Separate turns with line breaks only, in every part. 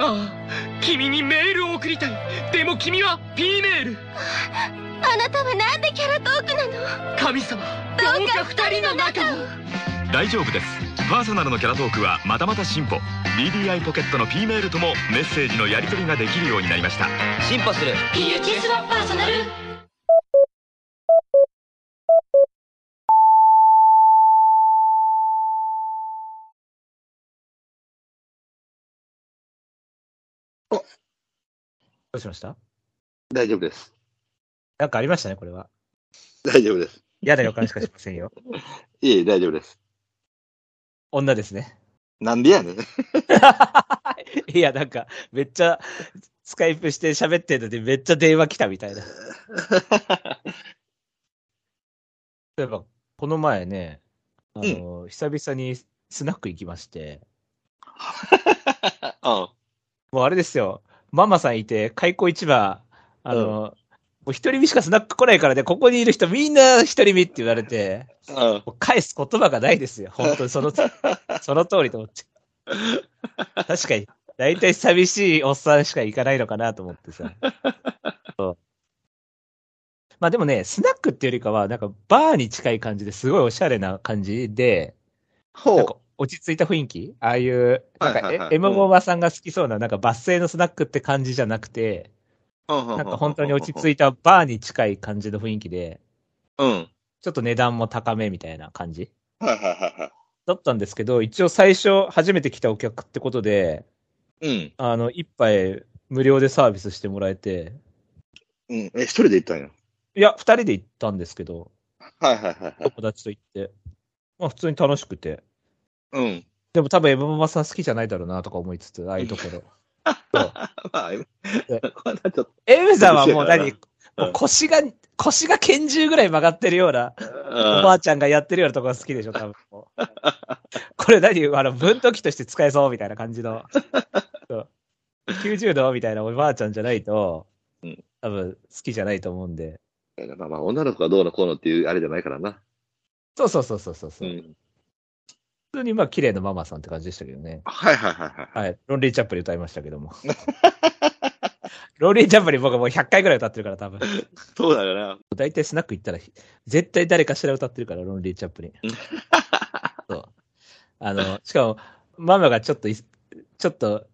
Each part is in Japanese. ああ君にメールを送りたいでも君は P メール
あなたはなんでキャラトークなの
神様どうか二人の仲を
大丈夫ですパーソナルのキャラトークはまたまた進歩 DDI ポケットの P メールともメッセージのやり取りができるようになりました
進歩する
ビューティスはパーソナル
どうしました
大丈夫です。
なんかありましたね、これは。
大丈夫です。
嫌な予感しかしませんよ。
いえいえ、大丈夫です。
女ですね。
なんでやねん。
いや、なんか、めっちゃ、スカイプして喋ってるのにめっちゃ電話来たみたいな。 例えば、この前ね、あの、久々にスナック行きまして、
あ
もうあれですよ、ママさんいて、開口一番、あの、もう一人身しかスナック来ないからね、ここにいる人みんな一人身って言われて、
あ。
もう返す言葉がないですよ。本当にそ の、その通りと思って。確かに、大体寂しいおっさんしか行かないのかなと思ってさ。そうまあでもね、スナックっていうよりかは、なんかバーに近い感じですごいおしゃれな感じで、
ほ
なんか落ち着いた雰囲気ああいう、なん
はいはいは
か
い
えエモゴマさんが好きそうな、なんかバス停のスナックって感じじゃなくて、
な
なんか本当に落ち着いたバーに近い感じの雰囲気で、
うん。はい
ちょっと値段も高めみたいな感じ。
はいはいは
だったんですけど、一応最初、初めて来たお客ってことで、
い。
あの、一杯無料でサービスしてもらえて、
うん。うん。え、一人で行ったんや。
いや、二人で行ったんですけど、
はいはいはいはい。
友達と行って、まあ普通に楽しくて、
うん。
でも多分エムママさん好きじゃないだろうなとか思いつつ、ああいうところ。
まあ、今まだちょっと。
エムさんはもう
う
何
ん
もう腰が、腰が拳銃ぐらい曲がってるような、おばあちゃんがやってるようなところが好きでしょ、多分。こ れ何あの、分度器として使えそうみたいな感じ の。そう90度みたいなおばあちゃんじゃないと、多分好きじゃないと思うんで。
うんまあまあ、女の子がどうのこうのっていうあれじゃないからな。
そうそうそうそうそう。
う。
うん普通にまあ、綺麗なママさんって感じでしたけどね。
はいはいはいはい。
はい。ロンリーチャップリン歌いましたけども。 ロンリーチャップリン僕はもう100回ぐらい歌ってるから多分。
そうだよな。
大体スナック行ったら、絶対誰かしら歌ってるから、ロンリー・チャ ップリン。そう。あの、しかも、ママがちょっとい、ちょっと、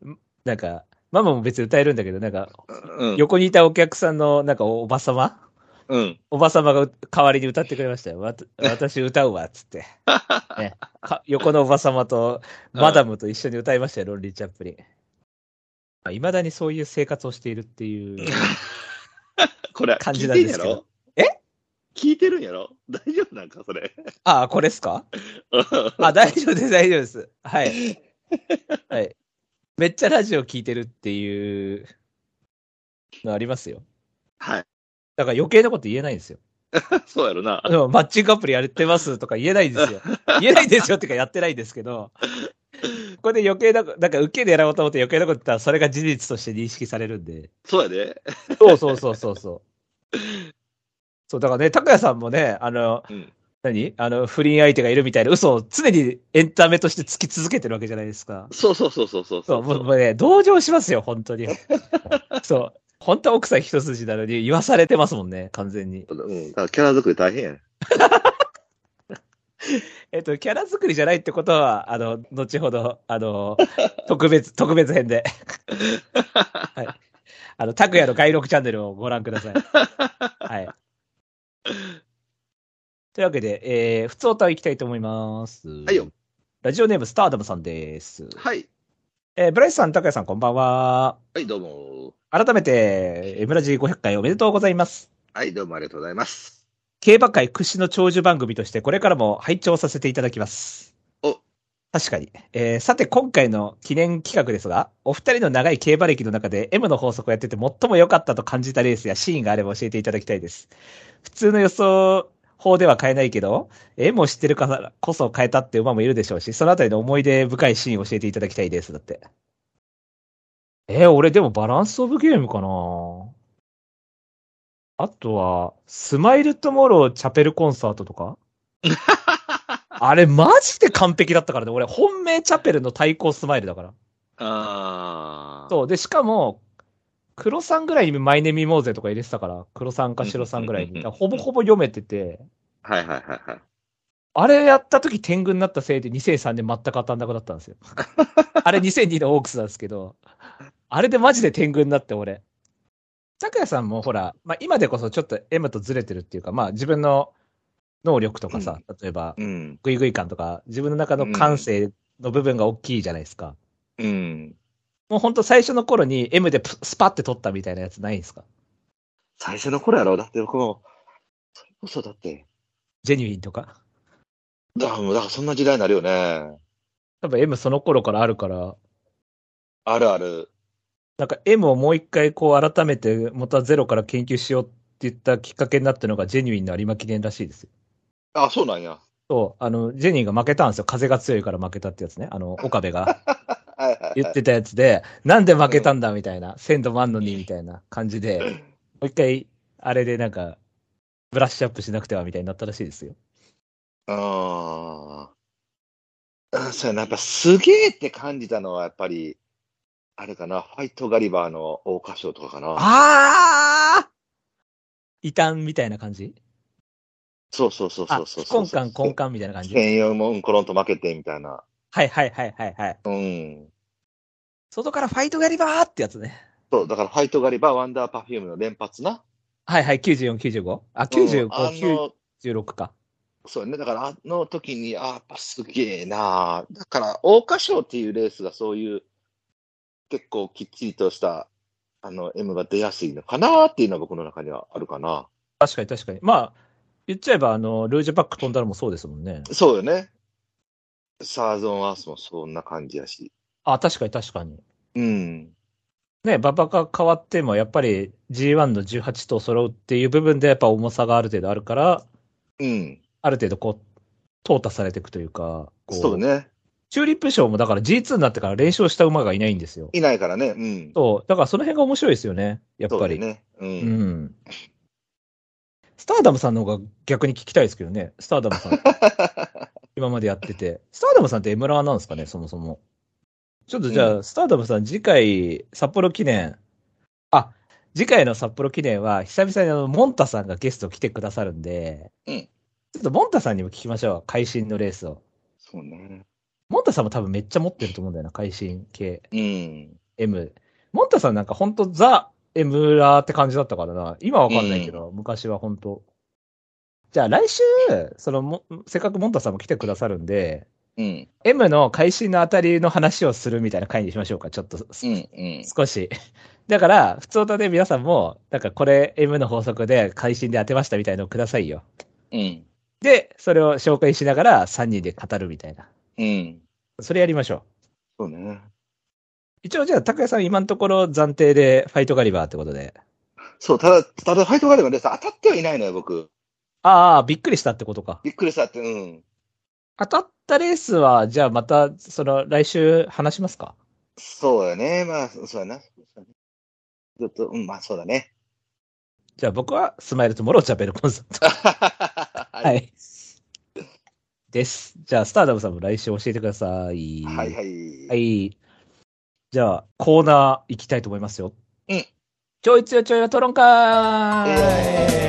なんか、ママも別に歌えるんだけど、なんか、
うん。
横にいたお客さんの、なんかお、おばさま
うん。
おばさまが代わりに歌ってくれましたよ。わ た私歌うわ、つ って。ね、か横のおばさまと、マダムと一緒に歌いましたよ、ロンリー・チャップリン。いまあ未だにそういう生活をしているっていう。
これ、
感
聞
じ
い
なん
てん
で
や
すけど
ろ聞いてるんやろ 大丈夫なんか、それ。
ああ、これっすか
うん
あ、大丈夫です、大丈夫です。はい。はい。めっちゃラジオ聞いてるっていうのありますよ。
はい。
だから余計なこと言えないんですよ。
そうやろな
で。もマッチングアプリやってますとか言えないん ですよ。言えないんですよっていうかやってないんですけど、ここで余計なこ、なんか受けで選ぼうと思って余計なこと言ったらそれが事実として認識されるんで。
そうやで。
そうそうそうそうそう。 そう、だからね、拓也さんもね、あの、
うん
何あの、不倫相手がいるみたいな嘘を常にエンタメとしてつき続けてるわけじゃないですか。
そうそうそうそうそう。
そう、もうもうね、同情しますよ、本当 に。そう。本当は奥さん一筋なのに言わされてますもんね、完全に。
うん。だからキャラ作り大変やね。
えっと、キャラ作りじゃないってことは、あの、後ほど、あの、特別、特別編で。はい。あの、拓也の外録チャンネルをご覧ください。はい。というわけで、えー、普通歌行きたいと思います。はい
よ。
ラジオネーム、スターダムさんです。
はい。
えー、ブライスさん、拓也さん、こんばんは。
はい、どうも。
改めて、エムラジ500回おめでとうございます。
はい、どうもありがとうございます。
競馬界屈指の長寿番組として、これからも拝聴させていただきます。
お
確かに。えーさて、今回の記念企画ですが、お二人の長い競馬歴の中で M の法則をやってて最も良かったと感じたレースやシーンがあれば教えていただきたいです。普通の予想法では変えないけど、M を知ってるからこそ変えたって馬もいるでしょうし、そのあたりの思い出深いシーンを教えていただきたいです。だって。えー俺でもバランスオブゲームかなあとは、スマイルトゥモローチャペルコンサート とかあれマジで完璧だったからね。俺、本命チャペルの対抗スマイルだから。
あ
な。
そう。で、しかも、黒さんぐらいにマイネミモーゼとか入れてたから、黒さんか白さんぐらい
うんうんう
に。
んうん
ほぼほぼ読めてて、
はいはいはいはい。
あれやった時天狗になったせいで2003年全く当たんなくなったんで すよ。あれ2002のオークスなんですけど、あれでマジで天狗になって俺。拓也さんもほら、まあ、今でこそちょっと M とずれてるっていうか、まあ自分の能力とかさ、例えば
うん。
グイグイ感とか、自分の中の感性の部分が大きいじゃないですか。
うん。
もうほんと最初の頃に M でプスパって取ったみたいなやつないんですか
最初の頃やろだって僕も、それこそだって、
ジェニュインとか。
だからもうだからそんな時代になるよね。
多分 M その頃からあるから、
あるある。
なんか M をもう一回こう改めてまたゼロから研究しようって言ったきっかけになったのがジェニュインの有馬記念らしいですよ。
あ、そうなんや。
そう、あの、ジェニーが負けたんですよ。風が強いから負けたってやつね。あの、岡部が
はいはいはい
言ってたやつで、なんで負けたんだみたいな、鮮度万のにみたいな感じで、もう一回、あれでなんか、ブラッシュアップしなくてはみたいになったらしいですよ。
あーあ。そうやな、やっぱすげえって感じたのは、やっぱり、あれかな、ファイトガリバーの桜花賞とかかな。
あー異端みたいな感じ
そうそうそう
あ、
そうそうそう。
根幹根幹みたいな感じ。はい
専用もうんころんと負けてみたいな。
はいはいはいはい。
うん。
外からファイトガリバーってやつね。
そう、だからファイトガリバー、ワンダーパフュームの連発な。
はいはい、94、95? あ、
うんあ
95、
の、
96か。
そうね、だからあの時に、あーやっぱすげえなだから、桜花賞っていうレースがそういう、結構きっちりとした、あの、M が出やすいのかなっていうのは僕の中にはあるかな。
確かに確かに。まあ、言っちゃえば、あの、ルージュパック飛んだのもそうですもんね。
そうよね。サーズ・オン・アースもそんな感じやし。
あ、確かに確かに。
うん。
ね、馬場が変わっても、やっぱり G1 の18頭揃うっていう部分で、やっぱ重さがある程度あるから、
うん。
ある程度こう、淘汰されていくというか、こ
そうね。
チューリップ賞もだから G2 になってから連勝した馬がいないんですよ。
いないからね。うん。
そう。だからその辺が面白いですよね。やっ
そう
ぱ
だ
り。
よね。う。
うんん。スターダムさんの方が逆に聞きたいですけどね。スターダムさ ん。今までやってて。スターダムさんって M ラーなんですかね、そもそも。ちょっとじゃあ、スターダムさん、次回、札幌記念。あ、次回の札幌記念は、久々にあの、モンタさんがゲスト来てくださるんで、
うん
ちょっとモンタさんにも聞きましょう。会心のレースを。
そうね。
モンタさんも多分めっちゃ持ってると思うんだよな、会心系。
うん。
M。モンタさんなんか本当ザ・ M ラーって感じだったからな。今わかんないけど、昔は本当じゃあ来週、そのも、せっかくモンタさんも来てくださるんで、
うん。
M の会心のあたりの話をするみたいな回にしましょうか、ちょっと、
うん。うん。
少し。だから、普通歌で皆さんも、なんかこれ M の法則で会心で当てましたみたいのをくださいよ。
うん。
で、それを紹介しながら3人で語るみたいな。
うん。
それやりましょう。
そうね。
一応じゃあ、拓也さん今のところ暫定でファイトガリバーってことで。
そう、ただ、ただ、ファイトガーデンがね、さ当たってはいないのよ、僕。
ああ、びっくりしたってことか。
びっくりしたって、うん。
当たったレースは、じゃあまた、その、来週話しますか
そうだね。まあ、そうだな。そうだねちょっと、うん、まあ、そうだ ね。
じゃあ僕は、スマイルトゥモローチャペルコンサート。は。
はい
です。じゃあ、スターダムさんも来週教えてください。。
はいはいい。
は。い。じゃあ、コーナー行きたいと思いますよ。
うん。
ちょいつよちょいはトロンカー
イエ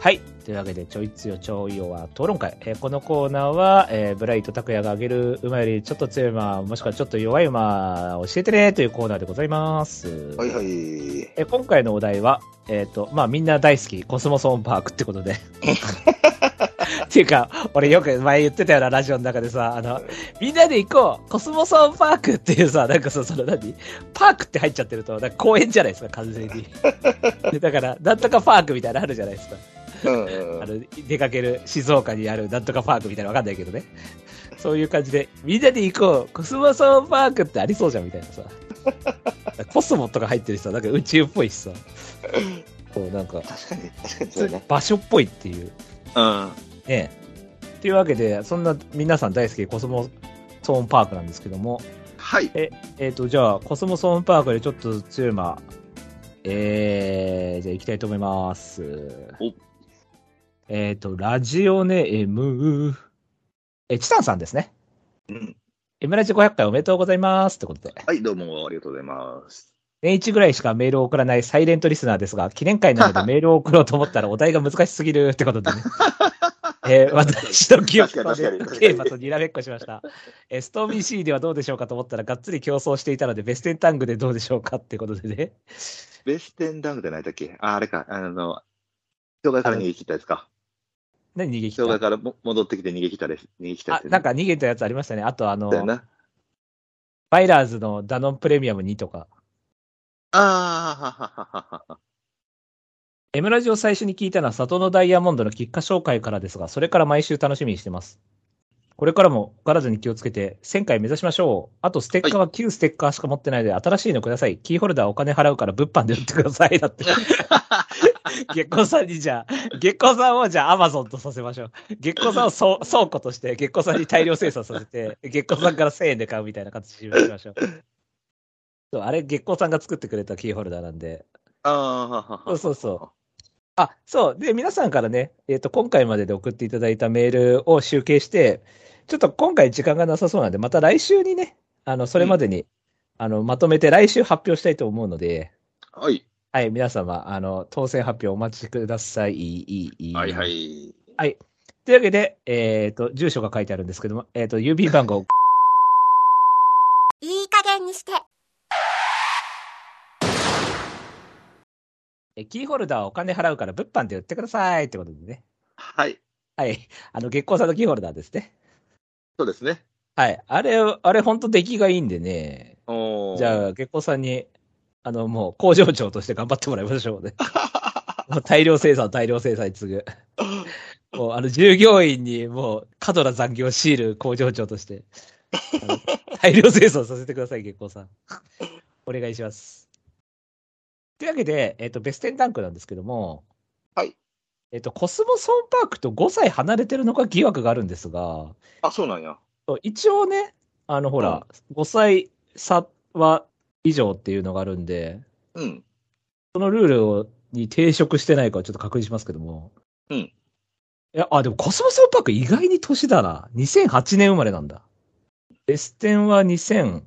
はい。というわけで、ちょいつよちょいよは討論会。えーこのコーナーは、えーブライト拓也が挙げる馬よりちょっと強い馬、もしくはちょっと弱い馬、教えてねというコーナーでございます。
はいはい。
えー今回のお題は、えっ、と、まあみんな大好き、コスモソンパークってことで。っていうか、俺よく前言ってたようなラジオの中でさ、あの、みんなで行こうコスモソンパークっていうさ、なんかさ、その何パークって入っちゃってると、なんか公園じゃないですか、完全に。でだから、なんとかパークみたいなのあるじゃないですか。
うんうん
あの出かける静岡にあるなんとかパークみたいなのわかんないけどね。そういう感じで、みんなで行こう、コスモソンパークってありそうじゃんみたいなさ。コスモとか入ってるしさ、なんか宇宙っぽいしさ。こうなんか、
確かに、確かに そうだね。
場所っぽいっていう。
うん。
ねえ。というわけで、そんな皆さん大好きコスモソンパークなんですけども、
はい。
えっ、と、じゃあ、コスモソンパークでちょっと強い馬、えー、じゃあ行きたいと思います。
お
えっ、と、ラジオネーム、え、チタンさんですね。
うん
M ラジ500回おめでとうございますってことで。
はい、どうもありがとうございます。
年一ぐらいしかメールを送らないサイレントリスナーですが、記念会なのでメールを送ろうと思ったらお題が難しすぎるってことでね。えー私の記憶とネット競馬とにらめっこしました。えーストーミー C ではどうでしょうかと思ったら、がっつり競争していたので、ベステンタングでどうでしょうかってことでね。
ベステンダウンじゃないだっけあ、あれか、あの、障害から逃げ切ったやつか。
何逃げ切
障害
っ
からも戻ってきて逃げ切ったです。逃げ切った
た
や
あ
つ、、
なんか、逃げたやつありましたね。あと、あの
だ、よな。
バイラーズのダノンプレミアム2とか。
ああ、ははははは。
エムラジを最初に聞いたのは、里のダイヤモンドの喫下紹介からですが、それから毎週楽しみにしてます。これからも、ガラずに気をつけて、1000回目指しましょう。あと、ステッカーは旧ステッカーしか持ってないので、新しいのください。キーホルダーお金払うから、物販で売ってください。だって。月光さんにじゃあ、月光さんをじゃあ、アマゾンとさせましょう。月光さんをそ倉庫として、月光さんに大量生産させて、月光さんから1000円で買うみたいな形にしましょう。そうあれ、月光さんが作ってくれたキーホルダーなんで、
ああ、ははは
そう
は。
そうそう。あ、そう。で、皆さんからね、えっ、と、今回までで送っていただいたメールを集計して、ちょっと今回時間がなさそうなんで、また来週にね、あの、それまでに、あの、まとめて来週発表したいと思うので、
はい。
はい、皆様、あの、当選発表お待ちください。いいいい
はい、は。い。
というわけで、えっ、と、住所が書いてあるんですけども、えっ、と、郵便番号、
いい加減にして。
えキーホルダーはお金払うから物販で売ってくださいってことでね。
はい。
はい。あの、月光さんのキーホルダーですね。
そうですね。
はい。あれ、あれ、ほんと出来がいいんでね。
おー
じゃあ、月光さんに、あの、もう工場長として頑張ってもらいましょ うね。もう大量生産、大量生産に次ぐ。もう、あの、従業員に、もう、過度な残業を強いる工場長として、あ の大量生産させてください、月光さん。お願いします。というわけで、えっ、と、ベステンタンクなんですけども、
はい。
えっと、コスモソンパークと5歳離れてるのか疑惑があるんですが、
あ、そうなんや。
そう一応ね、あの、ほら、5歳差は以上っていうのがあるんで、
うん。
そのルールをに抵触してないかちょっと確認しますけども。
うん
いや、あ、でもコスモソンパーク意外に年だな。2008年生まれなんだ。ベステンは2012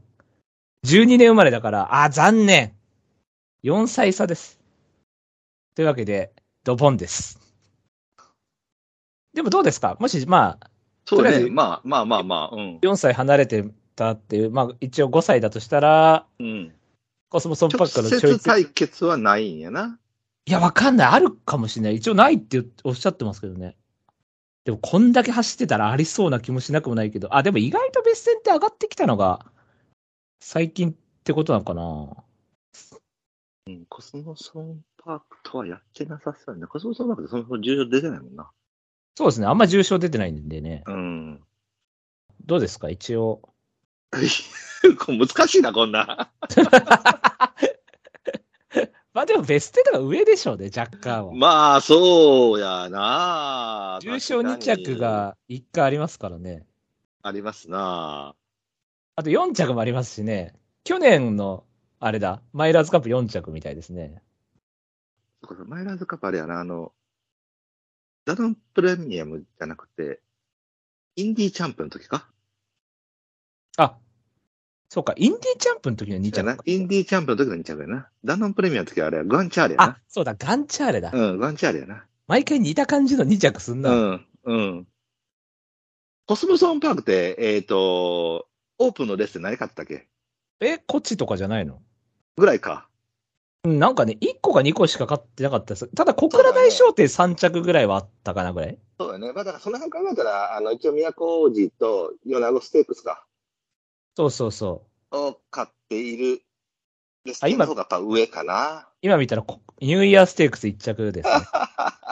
年生まれだから、あ、残念 !4 歳差です。というわけで、ドボンです。でもどうですかもし、まあ、
そう
とりあえ
ね。
ず
まあ、まあまあまあ。うん。
4歳離れてたっていう、まあ一応5歳だとしたら、
うん。
コスモソンパ
直
ックのちょい
接
つい
対決はないんやな。
や、わかんない。あるかもしれない。一応ないっておっしゃってますけどね。でもこんだけ走ってたらありそうな気もしなくもないけど、あ、でも意外と別線って上がってきたのが、最近ってことなのかな
うん。コスモソンパークとはやってなさそうやな。コスモソンパークってそもそも重要出てないもんな。
そうですね。あんま重症出てないんでね。
うん。
どうですか一応。
これ難しいな、こんな。
まあでもベスト10が上でしょうね、若干は。
まあ、そうやな。
重症2着が1回ありますからね。
ありますな。
あと4着もありますしね。去年の、あれだ、マイラーズカップ4着みたいですね。
これマイラーズカップあれやな、あの、ダノンプレミアムじゃなくて、インディーチャンプの時か
あ、そうか、インディーチャンプの時の2
じゃ
着
な
か。
インディーチャンプの時の2着やな。ダノンプレミアムの時はあれや、ガンチャーレや
あ
な。、
そうだ、ガンチャーレだ。
うん、ガンチャーレやな。
毎回似た感じの2着すん
う
な。
ん、うん。コスモソンパークって、えっ、と、オープンのレースで何勝ったっけ
え、こっちとかじゃないの
ぐらいか。
うんなんかね、1個か2個しか勝ってなかったです。ただ、小倉大商店3着ぐらいはあったかなぐらい。
そうだね。まあ、だからその辺考えたら、あの、一応、都王子と米子ステークスか、
そうそうそう。
を勝っているレース
あ今
の方がやっぱ上かな。
今見たらこ、ニューイヤーステークス1着 ですね。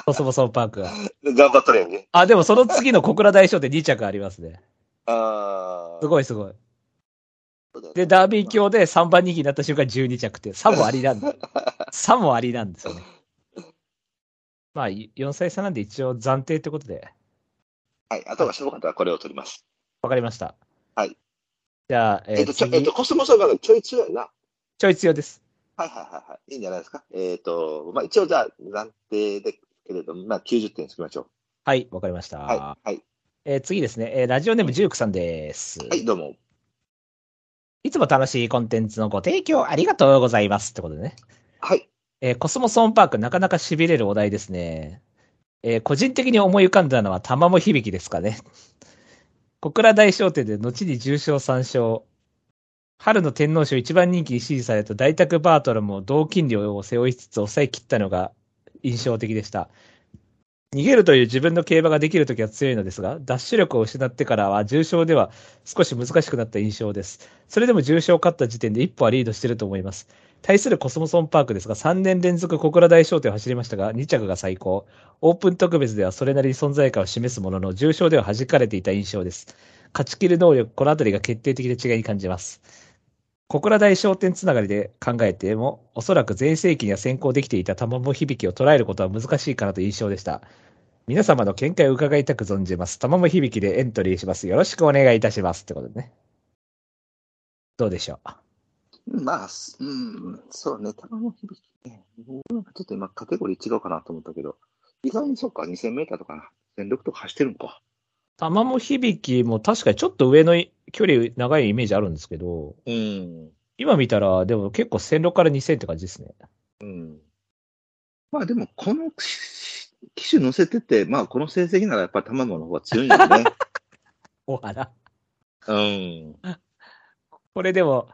コスモソンパークが。
頑張っとるやんけ。
あ、でもその次の小倉大商店2着ありますね。
あ
すごいすごい。
い
で、ダービー卿で3番人気になった瞬間12着って、差もありな んだ。差もありなんですよね。まあ、4歳差なんで一応暫定ってことで、
はい。あとがしょぼかったらこれを取ります。
わかりました。
はい。
じゃあ、え
えっ
ー
と、ちょ、
次
えっと、コスモソンがちょい強いな。
ちょい強です。
はいはいはいはい。いいんじゃないですか。えっと、まあ、一応じゃあ、暫定ですけれども、まあ、90点にしましょ
はい、わかりました。
う。はい。はい。
えー次ですね、えーラジオネームジュークさんです。
はい、どうも。
いつも楽しいコンテンツのご提供ありがとうございますってことでね。
はい。
えーコスモソーンパーク、なかなか痺れるお題ですね。えー個人的に思い浮かんだのは玉も響きですかね。 小倉大商店で後に重賞参照。春の天皇賞一番人気に支持された大宅バートラも同金利を背負いつつ抑え切ったのが印象的でした。逃げるという自分の競馬ができるときは強いのですが、ダッシュ力を失ってからは重賞では少し難しくなった印象です。それでも重賞を勝った時点で一歩はリードしてると思います。対するコスモソンパークですが、3年連続小倉大商店を走りましたが、2着が最高。オープン特別ではそれなりに存在感を示すものの、重賞では弾かれていた印象です。勝ち切る能力、このあたりが決定的な違いに感じます。小倉大商店つながりで考えても、おそらく前世紀には先行できていた玉も響きを捉えることは難しいかなという印象でした。皆様の見解を伺いたく存じます。玉も響きでエントリーします。よろしくお願いいたします。ってことでね。どうでしょう。
まあ、すうん、そうね、玉の響きね。僕なんかちょっと今、カテゴリー違うかなと思ったけど、意外にそうか、2000メーターとかな、全力とか走ってるんか。
玉も響きも確かにちょっと上の距離長いイメージあるんですけど、
うん。
今見たらでも結構1000ってから2000って感じですね。
うん。まあでも、このし機種乗せてて、まあこの成績ならやっぱり卵の方が強いんだね。
お花。
うん。
これでも、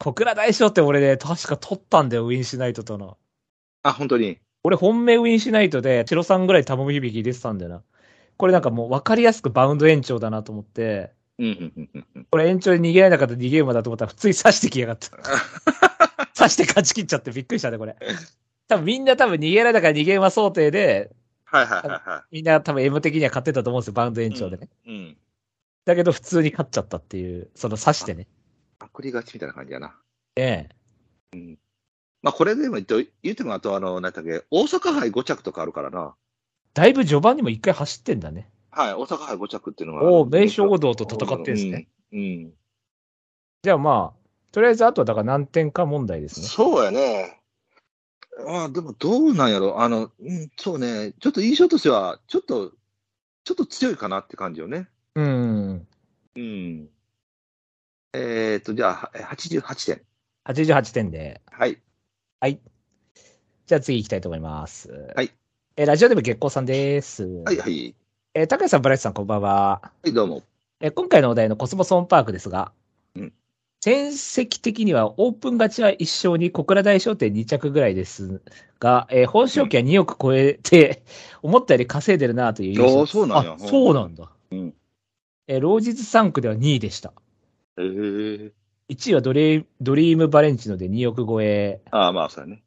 小倉大賞って俺ね、確か取ったんだよ、ウィンシナイトとの。
あ、本当に。
俺本命ウィンシナイトで、チロさんぐらい玉も響き出てたんだよな。これなんかもう分かりやすくバウンド延長だなと思って、
うんうんうんうん。
これ延長で逃げられなかったら逃げ馬だと思ったら普通に刺してきやがった。刺して勝ち切っちゃってびっくりしたね、これ。多分みんな多分逃げられなから逃げ馬想定で、
はいはいはいは
みんな多分 M 的には勝ってたと思うんですよ、バウンド延長でね。
い。うん。
だけど普通に勝っちゃったっていう、その刺してね。
アクリ勝ちみたいな感じやな。
ええ。
まあこれでも言って言ってもあとあの、なんだっけ、大阪杯5着とかあるからな。
だいぶ序盤にも一回走ってんだね。
はい、大阪杯5着っていうのが。
おお、名称道と戦ってんですね。。
うん。うん
じゃあまあ、とりあえずあとはだから何点か問題ですね。
そうやね。ああ、でもどうなんやろ。あの、うん、そうね。ちょっと印象としては、ちょっと、ちょっと強いかなって感じよね。
うん。
うん。えっ、と、じゃあ、は88点。
88点で。
はい。
じゃあ次行きたいと思います。
はい。
えーラジオでも月光さんです。
はい、はい。
えー高橋さん、バラエさん、こんばんは。
はい、どうも。
えー今回のお題のコスモソンパークですが、
うん
戦績的にはオープン勝ちは1勝に小倉大商店2着ぐらいですが、えー本賞金は2億超えて、 思ったより稼いでるなという印象です。
あーそうなんや
あそうなんだ。
うん
えー、老日3区では2位でした。
ええ
1位はドリドリームバレンチノで2億超え。
ああ、まあ、そうやね。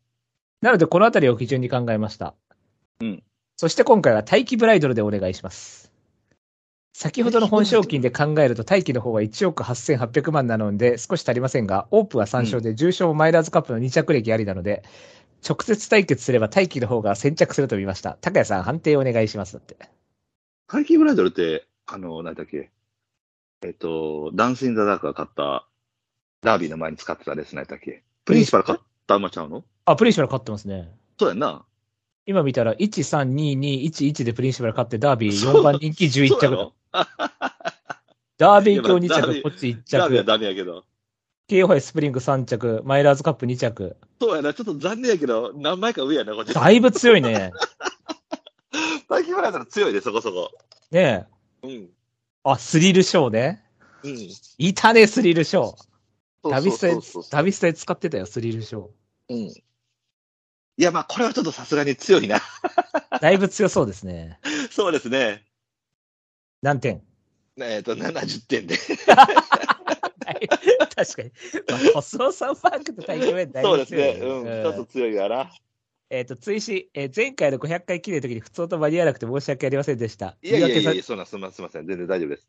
なので、このあたりを基準に考えました。
うん。
そして今回は待機ブライドルでお願いします。先ほどの本賞金で考えると待機の方は1億8800万なので少し足りませんが、オープンは3勝で重賞もマイラーズカップの2着歴ありなので、直接対決すれば待機の方が先着すると見ました。高谷さん判定お願いしますだって。
怪奇ブライドルって、あの、何だっけ。えっ、と、ダンス・イン・ザ・ダークが勝った、ダービーの前に使ってたレース何だっけ。プリンシパル勝った馬ちゃうの
あ、プリンシパル勝ってますね。
そうやんな。
今見たら1322111でプリンシパル勝ってダービー4番人気11
そうや
着。
ろ
ダービー卿2
いやまあダービ
着、
ー
こっち1
ダービーは
着。
ダメやけど。
KOI スプリング3着、マイラーズカップ2着。
そうやな、ちょっと残念やけど、何枚か上やな、こっち。
だいぶ強 いね。
大気ブライドル強いで、そこそこ。
ねえ。
うん。
あ、スリルショーね。
うん。
いたね、スリルショー。
そ
ダ
うそう
ビスタで
そうそう、
ダビスタで使ってたよ、スリルショ
うん。いや、まあ、これはちょっとさすがに強いな。
ー。だいぶ強そうですね。
そうですね。
何点
えっ、と、70点で。
確かに。まあ、細尾さんパークと対局面だい
そうで
ぶ
す
強
ね
いね。。
うん。
うん
一つ強いからな。
えっ、と、追試、えー前回の500回記念の時に普通と間に合わなくて申し訳ありませんでした。
いやいや
言
い
い訳
や
さ
いや、そんな、すみません、全然大丈夫です。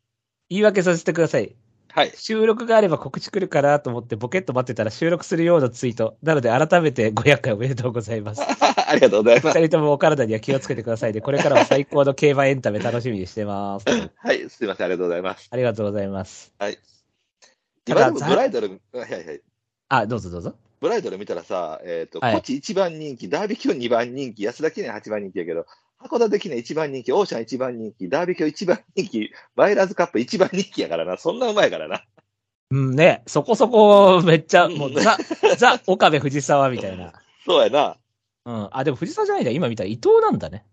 言い訳させてください。
はい。
収録があれば告知来るかなと思ってボケっと待ってたら収録するようなツイート。なので改めて500回おめでとうございます。
ありがとうございます。
二人ともお体には気をつけてくださいね。これからも最高の競馬エンタメ楽しみにしてます。
はい、すみません、ありがとうございます。
ありがとうございます。
はい。
た
今
だ
でも
ざ
ブライドル、はいはい。
あ、どうぞどうぞ。
ブライドル見たらさ、えっ、と、
はい
コチ1番人気、ダービー卿2番人気、安田記念8番人気やけど、函館記念1番人気、オーシャン1番人気、ダービー卿1番人気、バイラーズカップ1番人気やからな、そんなうまいからな。
うんね、そこそこめっちゃ、も
う
う、
ん
ザ、ザ、岡部藤沢みたいな。
そうやな。
うん。あ、でも藤沢じゃないんだ。今見たら伊藤なんだね。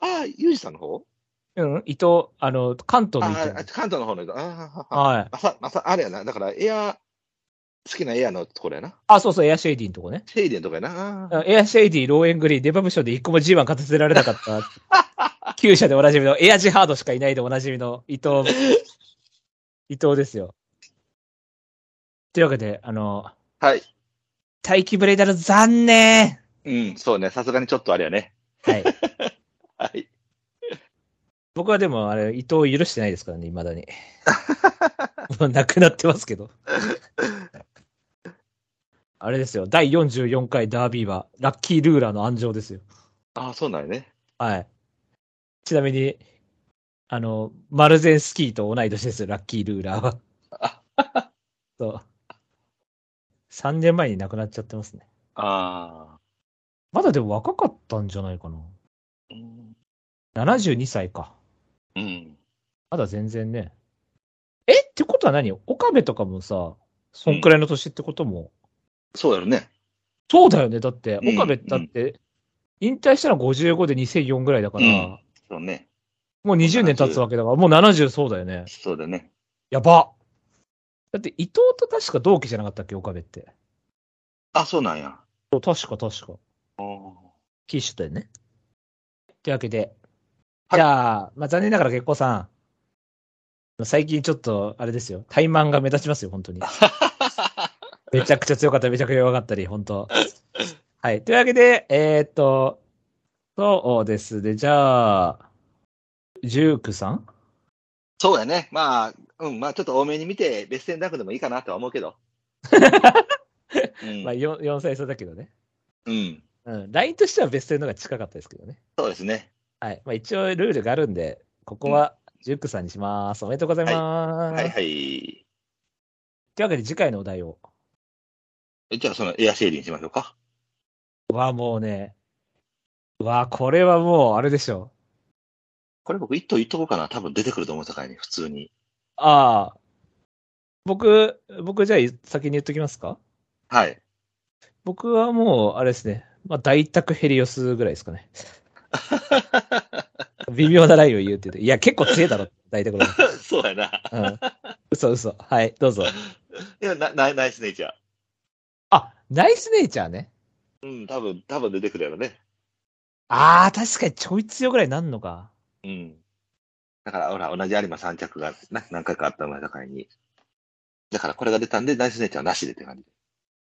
ああ、ユージさんの方
うん、伊藤、あの、関東の伊
ああ、
藤。
関東の方の人。ああ、
はい。
あさ、あさ、あれやな。だから、エア、好きなエアのところやな。
あ、そうそう、エアシェイディのとこね。
セイデンとかやな。あ
エアシェイディ、ローエングリーン、デバブ賞で一個も G1 勝たせられなかった。旧社でおなじみの、エアジハードしかいないでおなじみの伊藤、伊藤ですよ。というわけで、あの、
あはい。
待機ブレイダル残念
うん、そうね。さすがにちょっとあれやね。
はい。
はい。
僕はでも、あれ、伊藤を許してないですからね、未だに。 もう亡くなってますけど。あれですよ、第44回ダービーは、ラッキールーラーの暗情ですよ。
ああ、そうなんやね。
はい。ちなみに、あの、マルゼンスキーと同い年ですよ、ラッキールーラーは。そう。3年前に亡くなっちゃってますね。
ああ。
まだでも若かったんじゃないかな。
うん。
72歳か。
うん。
まだ全然ね。えってことは何岡部とかもさ、そんくらいの年ってことも。
そうやろね。
そうだよね。だって、
うん
岡部だって、引退したのは55で2004ぐらいだから、
うんそうね。
もう20年経つわけだから、もう70そうだよね。
そうだね。
やばだって伊藤と確か同期じゃなかったっけ岡部って。
あ、そうなんや。
そう確か確か。
あー
キッシュだよね。というわけで、
はい
じゃあ、まあ残念ながら結構さん、最近ちょっと、あれですよ、怠慢が目立ちますよ、本当 に。めちゃくちゃ強かった、めちゃくちゃ弱かったり、本当。はい。というわけで、えーっと、そうですね。じゃあ、ジュークさん
そうやね。まあ、うん、まあちょっと多めに見て、別戦ダンクでもいいかなとは思うけ ど。うん
まあ、4, 4歳差だけどね。
うん。
うん。ラインとしてはベストの方が近かったですけどね。
そうですね。
はい。まあ、一応ルールがあるんで、ここはジュークさんにします。おめでとうございます。
はいはい。
というわけで、次回のお題を。
えじゃあ、そのエアシェイリンにしましょうか。
わ、もうね。わ、これはもう、あれでしょ
これ僕、一頭言っとこうかな。多分出てくると思うさかいに、普通に。
う。ああ。僕、僕じゃあ先に言っときますか
はい。
僕はもう、あれですね。まあ、大宅ヘリオスぐらいですかね。微妙なラインを言うって言って。いや、結構強いだろ、大宅の。
そうやな。
うん。嘘嘘。はい、どうぞ。
いや、な、なナイスネイチャー。
あ、ナイスネイチャーね。
うん、多分、多分出てくるやろね。
ああ、確かにちょい強ぐらいになんのか。
うん。だから、ほら、同じ有馬3着がな何回かあった前だからに。だから、これが出たんで、ナイスネイチャーなしでって感じ。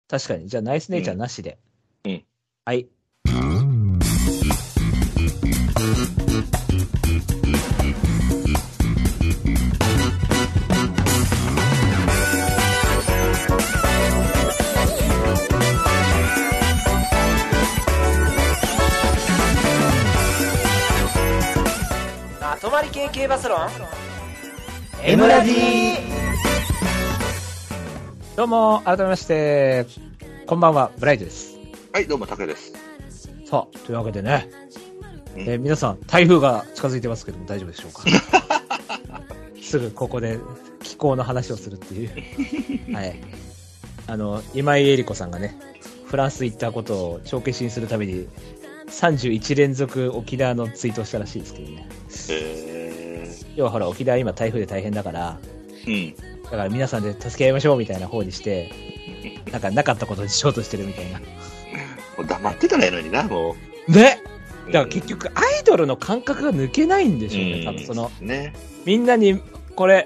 確かに。じゃあ、ナイスネイチャーなしで。
うんうん
はい。
まとまり系系バスロン
どうも、改めまして、こんばんは、ブライトです。
はい、どうも、竹です。
さあ、というわけでね、
うん
えー皆さん、台風が近づいてますけども、大丈夫でしょ うか。すぐここで気候の話をするって いう。はい。あの、今井絵理子さんがね、フランス行ったことを帳消しにするために、31連続沖縄のツイートをしたらしいですけどね。
え
要はほら、沖縄今台風で大変だから、
ー、
だから皆さんで助け合いましょうみたいな方にして、なんかなかったことにしようとしてるみた いな。
うん。もう黙ってたらええのにな、も
ね
う。
だから結局アイドルの感覚が抜けないんでしょうね、
うん
多分その、
ね。
みんなに、これ、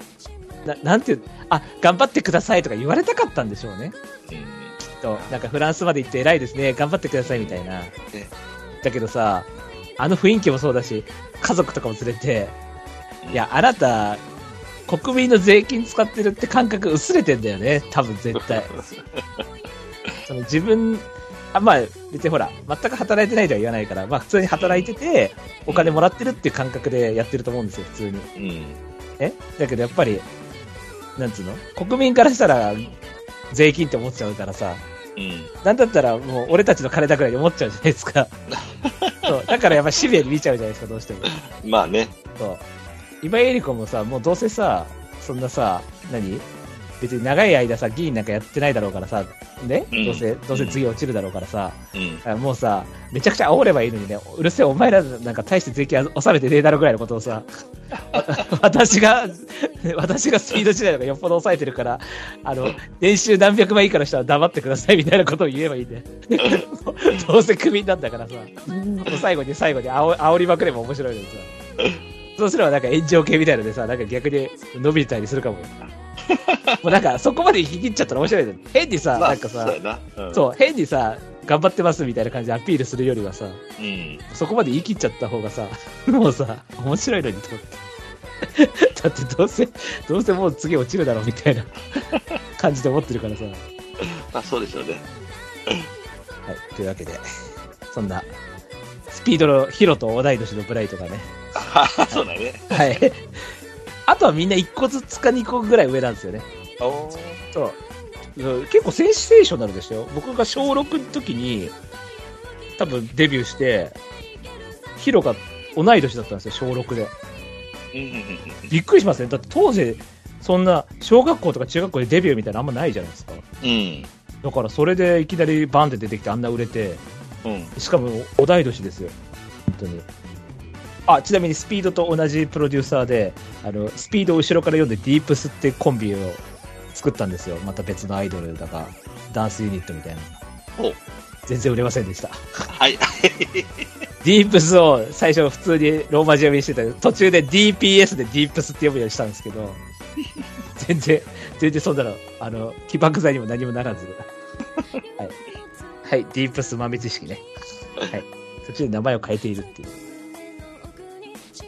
ななんていう、あ、頑張ってくださいとか言われたかったんでしょうね。
うん。
きっと、なんかフランスまで行って偉いですね、頑張ってくださいみたいな。だけどさ、あの雰囲気もそうだし、家族とかも連れて、いや、あなた、国民の税金使ってるって感覚薄れてんだよね、多分絶対。その自分、あまあ、別にほら、全く働いてないとは言わないから、まあ普通に働いてて、お金もらってるっていう感覚でやってると思うんですよ、普通に。
うん。
えだけどやっぱり、なんつうの国民からしたら、税金って思っちゃうからさ、
うん。
なんだったらもう俺たちの金だくらいに思っちゃうじゃないで すか。そうだからやっぱシビアに見ちゃうじゃないですか、どうしても。
まあね。
そう今井絵理子もさ、もうどうせさ、そんなさ、何別に長い間さ、議員なんかやってないだろうからさ、ね、
うん
どうせ、どうせ次落ちるだろうからさ、
うん。
あもうさ、めちゃくちゃ煽ればいいのにね、うるせえ、お前らなんか大して税金納めてねえだろぐらいのこと をさ、私が、私がスピード時代とかよっぽど抑えてるから、あの、年収何百倍以下の人は黙ってくださいみたいなことを言えばいい ね。どうせクビになんだからさ、最後に最後に煽煽りまくれば面白いのにさ。そうすればなんか炎上系みたいのでさ、なんか逆に伸びたりする かもよ。もうなんかそこまで行き切っちゃったら面白いのに。変にさ、
まあ
なんかさ
そう、やな。うん
そう、変にさ、頑張ってますみたいな感じでアピールするよりはさ、
うん。
そこまで言い切っちゃった方がさ、 もうさ、面白いのにと思って。 だってどうせ、どうせもう次落ちるだろうみたいな 感じで思ってるからさ。は
まあ、そうでしょうね。
い、というわけで、そんな、スピードのヒロと同い年のブライトがね。
そうだね。
はい。あとはみんな1個ずつか2個ぐらい上なんですよね。
おー
そううん結構センセーショナルでしたよ僕が小6の時に多分デビューしてヒロが同い年だったんですよ小6で
うんうんうん
びっくりしますねだって当時そんな小学校とか中学校でデビューみたいなのあんまないじゃないですか
うん。
だからそれでいきなりバンって出てきてあんな売れて
うん。
しかも同い年ですよ本当にあちなみにスピードと同じプロデューサーであのスピードを後ろから読んでディープスってコンビを作ったんですよまた別のアイドルだかダンスユニットみたいな
ほう
全然売れませんでした
はい。
ディープスを最初普通にローマ字読みにしてたけど途中で DPS でディープスって読むようにしたんですけ ど全然全然そんなのあの起爆剤にも何もならずはい、はい、ディープス豆知識ねはい途中で名前を変えているっていう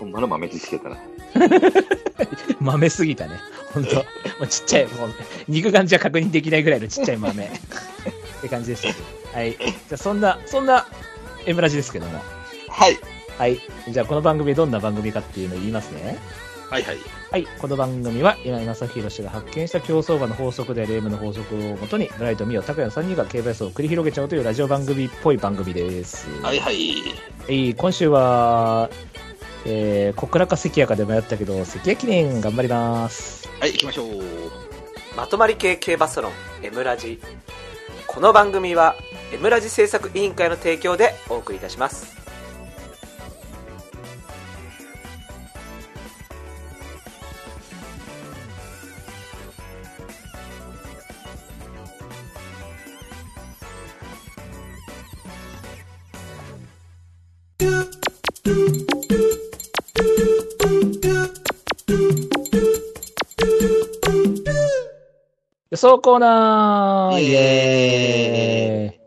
ほんまの豆知識やったな。
豆すぎたね本当もうちっちゃいもう肉眼じゃ確認できないぐらいのちっちゃい豆って感じでしたけどはいじゃあそんなそんなエムラジですけども
はい。
はいじゃあこの番組どんな番組かっていうのを言いますね
はいはい。
はい、この番組は今井正弘氏が発見した競走馬の法則である M の法則をもとにブライト、ミオ、タクヤの3人が競馬予想を繰り広げちゃうというラジオ番組っぽい番組です、
はいはい。
えー今週は、えー、小倉か関谷かで迷ったけど関谷記念頑張ります
はい、行きましょう。
まとまり系系バスロン M ラジこの番組は M ラジ制作委員会の提供でお送りいたします
予想コーナーイエーイ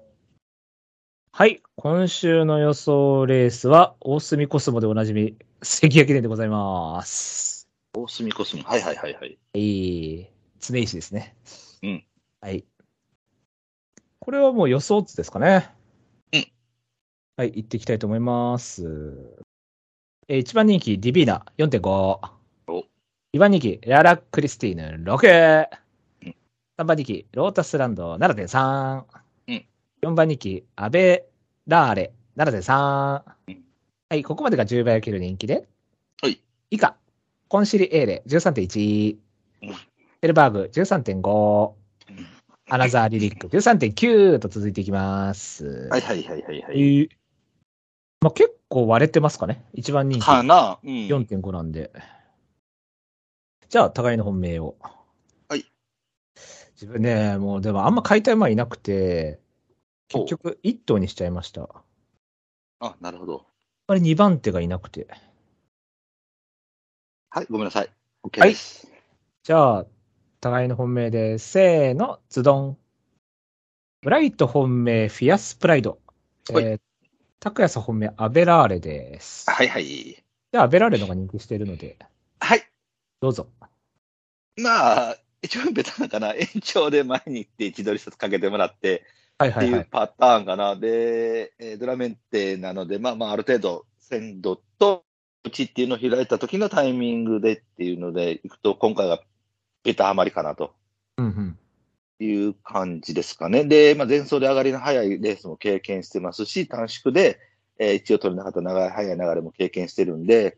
はい、今週の予想レースは大隅コスモでおなじみ関谷記念でございます
大隅コスモ。はいはいはいはい。
いい、常石ですね。
うん。
はい。これはもう予想図ですかね。
うん。
はい、行っていきたいと思います。えー、1番人気、ディビーナ、4.5。
お
2番人気、ララ・クリスティーヌ、6。
うん
3番人気、ロータスランド、7.3。
うん。
4番人気、アベ・ラーレ、7.3。
うん
はい、ここまでが10倍を切る人気で。
はい。
以下、コンシリエーレ、13.1。
うん
ペルバーグ13.5
うん、
アナザーリリック13.9と続いていきます。
はいはいはいはいは
え
い。
ーまあ、結構割れてますかね。一番人気
かなうん。
4.5なんで。じゃあ、互いの本命を。
はい。
自分ね、もうでもあんま解体馬いなくて、結局1頭にしちゃいました。あん
あ、なるほど。
まり2番手がいなくて。
はい、ごめんなさい。OK
はい
です。
じゃあ、互いの本命で、せーの、ズドン。ブライト本命、フィアスプライド。え
はい
ー、タクヤさん本命、アベラーレです。
はいはい。
じゃあ、アベラーレの方が人気しているので、
はい。
どうぞ。
まあ、一番ベタなのかな。延長で前に行って一度リスかけてもらって
はい
っ
は
て
い
い
は
う
い。
パターンかな。で、えードラメンテなので、まあまあ、ある程度、鮮度と、うちっていうのを開いた時のタイミングでっていうので、いくと、今回がベタハマりかなと。
うんうん。
いう感じですかね。で、まあ、前走で上がりの早いレースも経験してますし、短縮で、えー一応取れなかった長い早い流れも経験してるんで、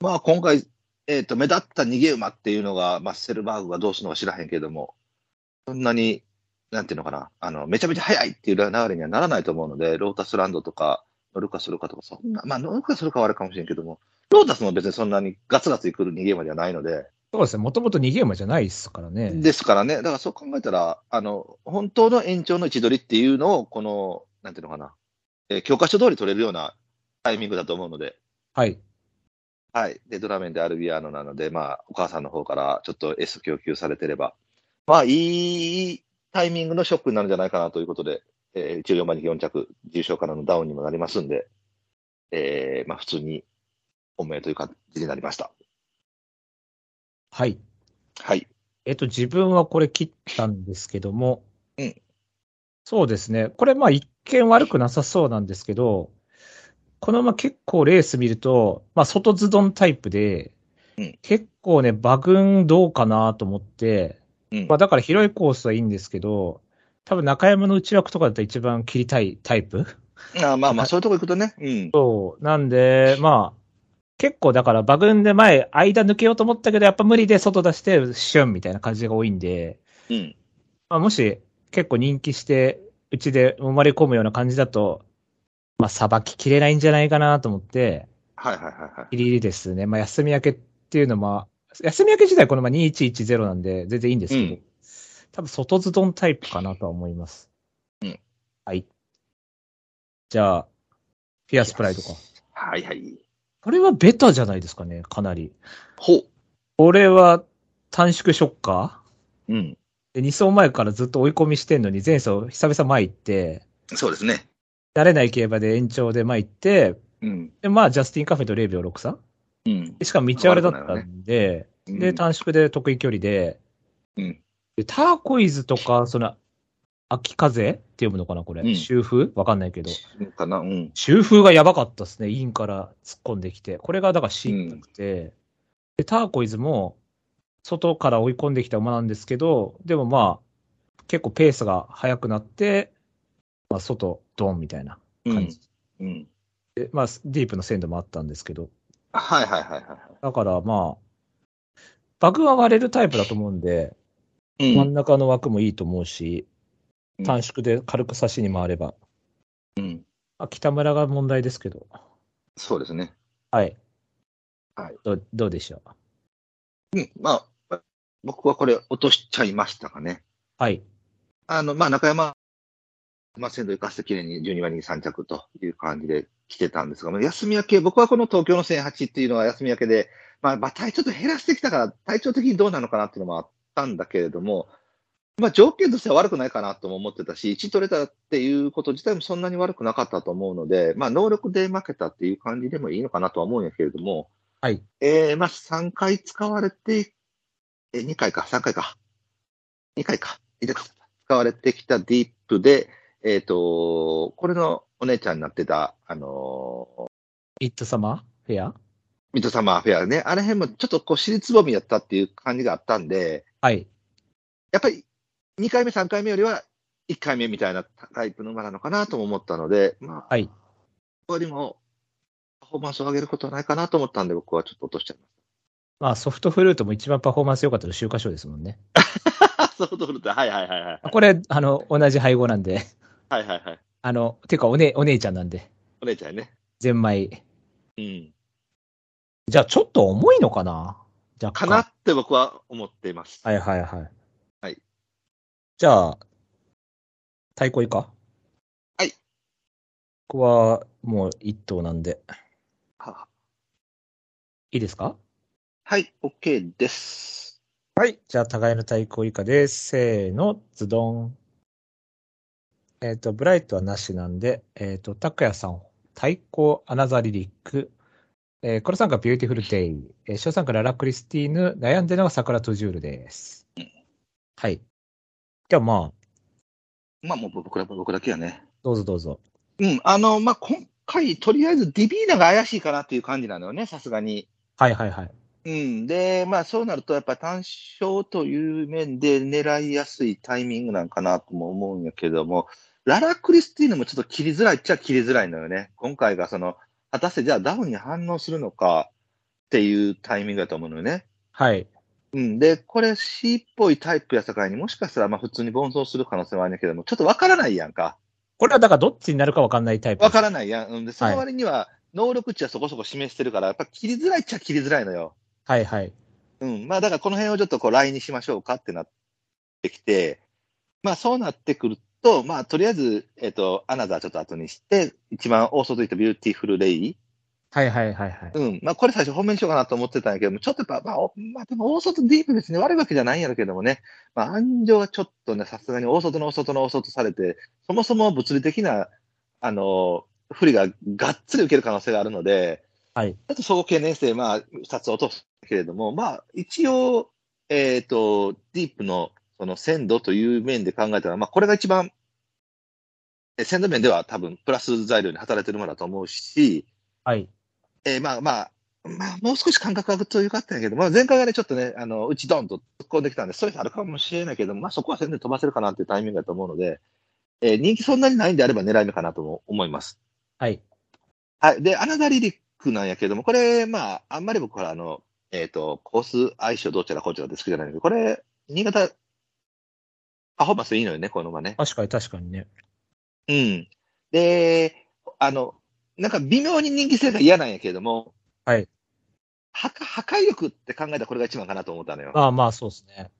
まあ、今回、えっ、と、目立った逃げ馬っていうのが、まあ、セルバーグがどうするのか知らへんけども、そんなに、なんていうのかな、あの、めちゃめちゃ速いっていう流れにはならないと思うので、ロータスランドとか、乗るかするかとか、そんな、まあ、乗るかするかはあれかもしれんけども、ロータスも別にそんなにガツガツいく逃げ馬ではないので、
そうですね。もともと逃げ馬じゃないですからね。
ですからね、だからそう考えたら、あの、本当の延長の位置取りっていうのを、この、なんていうのかな、えー教科書通り取れるようなタイミングだと思うので、
はい。
はい。で、ドラメンでアルビアーノなので、まあ、お母さんの方からちょっと S 供給されてれば、まあ、いいタイミングのショックになるんじゃないかなということで、えー、14番に4着、重賞からのダウンにもなりますんで、えー、まあ、普通に、本命という感じになりました。
はい。
はい。
えっと、自分はこれ切ったんですけども、
うん
そうですね、これ、まあ、一見悪くなさそうなんですけど、このまま結構レース見ると、まあ、外ズドンタイプで、
うん
結構ね、馬群どうかなと思って、
うん
まあ、だから広いコースはいいんですけど、多分中山の内枠とかだったら一番切りたいタイプ
あーまあまあ、そういうとこ行くとね、うん。
そう。なんで、まあ、結構だから、馬群で前、間抜けようと思ったけど、やっぱ無理で外出して、シュンみたいな感じが多いんで、
うん。
まあ、もし結構人気して、うちで生まれ込むような感じだと、まあ、さばききれないんじゃないかなと思って、
はいはいはいはい。
ギリギリですね。まあ、休み明けっていうのも、休み明け自体このまあ2110なんで、全然いいんですけど、
うん
多分外ズドンタイプかなとは思います。
うん
はい。じゃあ、ピアスプライドか。
はいはい。
これはベタじゃないですかね、かなり。
ほう。
これは短縮ショッカ
うん。
ーで、2走前からずっと追い込みしてんのに、前走久々前行って、
そうですね。
慣れない競馬で延長で前行って、
うん。
で、まあ、ジャスティンカフェと0秒63。
うん。
でしかも道荒れだったんで、で、短縮で得意距離で、
うん
で、ターコイズとか、その、秋風って読むのかな、これ。
うん
秋風わかんないけど。
うんかな。うん。
中風がやばかったですね。インから突っ込んできて。これがだからシーンなくて、で、ターコイズも、外から追い込んできた馬なんですけど、でもまあ、結構ペースが速くなって、まあ、外、ドンみたいな
う
感
ん
じ。。
うん。
でまあ、ディープの鮮度もあったんですけど。
はいはいはいは
だからまあ、バグは割れるタイプだと思うんで、
い。
真ん中の枠もいいと思うし、
うん
短縮で軽く差しに回れば。
うん。
あ、北村が問題ですけど。
そうですね。
はい。
はい
どうどうでしょう
うん。まあ、僕はこれ落としちゃいましたかね。
はい。
あの、まあ、中山、まあ、鮮度生かして綺麗に12番に3着という感じで来てたんですが、まあ休み明け、僕はこの東京の1008っていうのは休み明けで、まあ、まあ、体調と減らしてきたから、体調的にどうなのかなっていうのもあったんだけれども、まあ、条件としては悪くないかなとも思ってたし、1取れたっていうこと自体もそんなに悪くなかったと思うので、まあ、能力で負けたっていう感じでもいいのかなとは思うんやけれども、
はい。
えー、まあ、3回使われて、えー、2回か、3回か。2回か。いいですか使われてきたディープで、えっ、と、これのお姉ちゃんになってた、あのー
イット様フェア
水戸様フェアね、あの辺もちょっとこう、尻つぼみやったっていう感じがあったんで、
はい。
やっぱり2回目、3回目よりは1回目みたいなタイプの馬なのかなとも思ったので、まあ、
はい
ここにもパフォーマンスを上げることはないかなと思ったんで、僕はちょっと落としちゃいまし
まあソフトフルートも一番パフォーマンス良かったの週刊賞ですもんね。
た。 そういうことだ。はいはいはいはい。
これ、あの、同じ配合なんで、
はいはいはい。
あの、てかお,、ね、お姉ちゃんなんで、
お姉ちゃんね。
ゼンマイ。
うん。
じゃあちょっと重いのかな若
か
干
なって僕は思っています。
はいはいはい。
はい。
じゃあ、太鼓いか
はい。
ここはもう一頭なんで。
はい
いですか
はい、OK です。
はい。じゃあ、互いの対抗以下です。せーの、ズドン。えっ、と、ブライトはなしなんで、えっ、と、拓也さん、対抗アナザーリリック。えー、黒さんがビューティフルデイ。えー、翔さんがララクリスティーヌ。悩んでるのが桜トゥジュールです。はい。じゃあ、まあ、
まあもう僕ら僕だけやね。
どうぞどうぞ。
うん、あの、まあ今回、とりあえずディビーナが怪しいかなっていう感じなのよね、さすがに。
はいはいはい。
うん、で、まあそうなると、やっぱ単勝という面で狙いやすいタイミングなんかなとも思うんやけども、ララ・クリスティーヌもちょっと切りづらいっちゃ切りづらいのよね。今回がその、果たしてじゃあダウンに反応するのかっていうタイミングだと思うのよね。
はい。
うん。で、これ C っぽいタイプやさかいにもしかしたらまあ普通に凡走する可能性もあるんやけども、ちょっとわからないやんか。
これはだからどっちになるかわかんないタイプ。
わからないやん。うんで、その割には能力値はそこそこ示してるから、やっぱ切りづらいっちゃ切りづらいのよ。
はいはい。
うん。まあだからこの辺をちょっとこう LINE にしましょうかってなってきて、まあそうなってくると、まあとりあえず、えっ、と、アナザーちょっと後にして、一番大外いたビューティフルレイ。
はいはいはいはい。
うん。まあこれ最初本命にしようかなと思ってたんやけども、ちょっとやっぱ、まあ、おまあでも大外ディープ別に悪いわけじゃないんやろうけどもね、まあ安城はちょっとね、さすがに大外の大外の大外されて、そもそも物理的な、あの、不利ががっつり受ける可能性があるので、
はい。
あと、そこ懸念して、まあ、2つ落とすけれども、まあ、一応、えっ、と、ディープの、その、鮮度という面で考えたら、まあ、これが一番、え鮮度面では多分、プラス材料に働いてるものだと思うし、
はい。
えーまあまあ、まあ、もう少し感覚がというかあったんやけど、まあ、前回がね、ちょっとね、あの、うちドンと突っ込んできたんで、ストレスあるかもしれないけど、まあ、そこは全然飛ばせるかなっていうタイミングだと思うので、えー人気そんなにないんであれば狙い目かなとも思います。
はい。
はい。で、アナザーリリックなんやけども、これ、まあ、あんまり僕は、あの、えっ、と、コース相性どうちゃらこうちゃらで好きじゃないんだけど、これ、新潟、パフォーマンスいいのよね、この馬ね。
確かに確かにね。
うん。で、あの、なんか微妙に人気性が嫌なんやけども、
はい。
破壊破壊力って考えたらこれが一番かなと思ったのよ。
まあまあそうですね。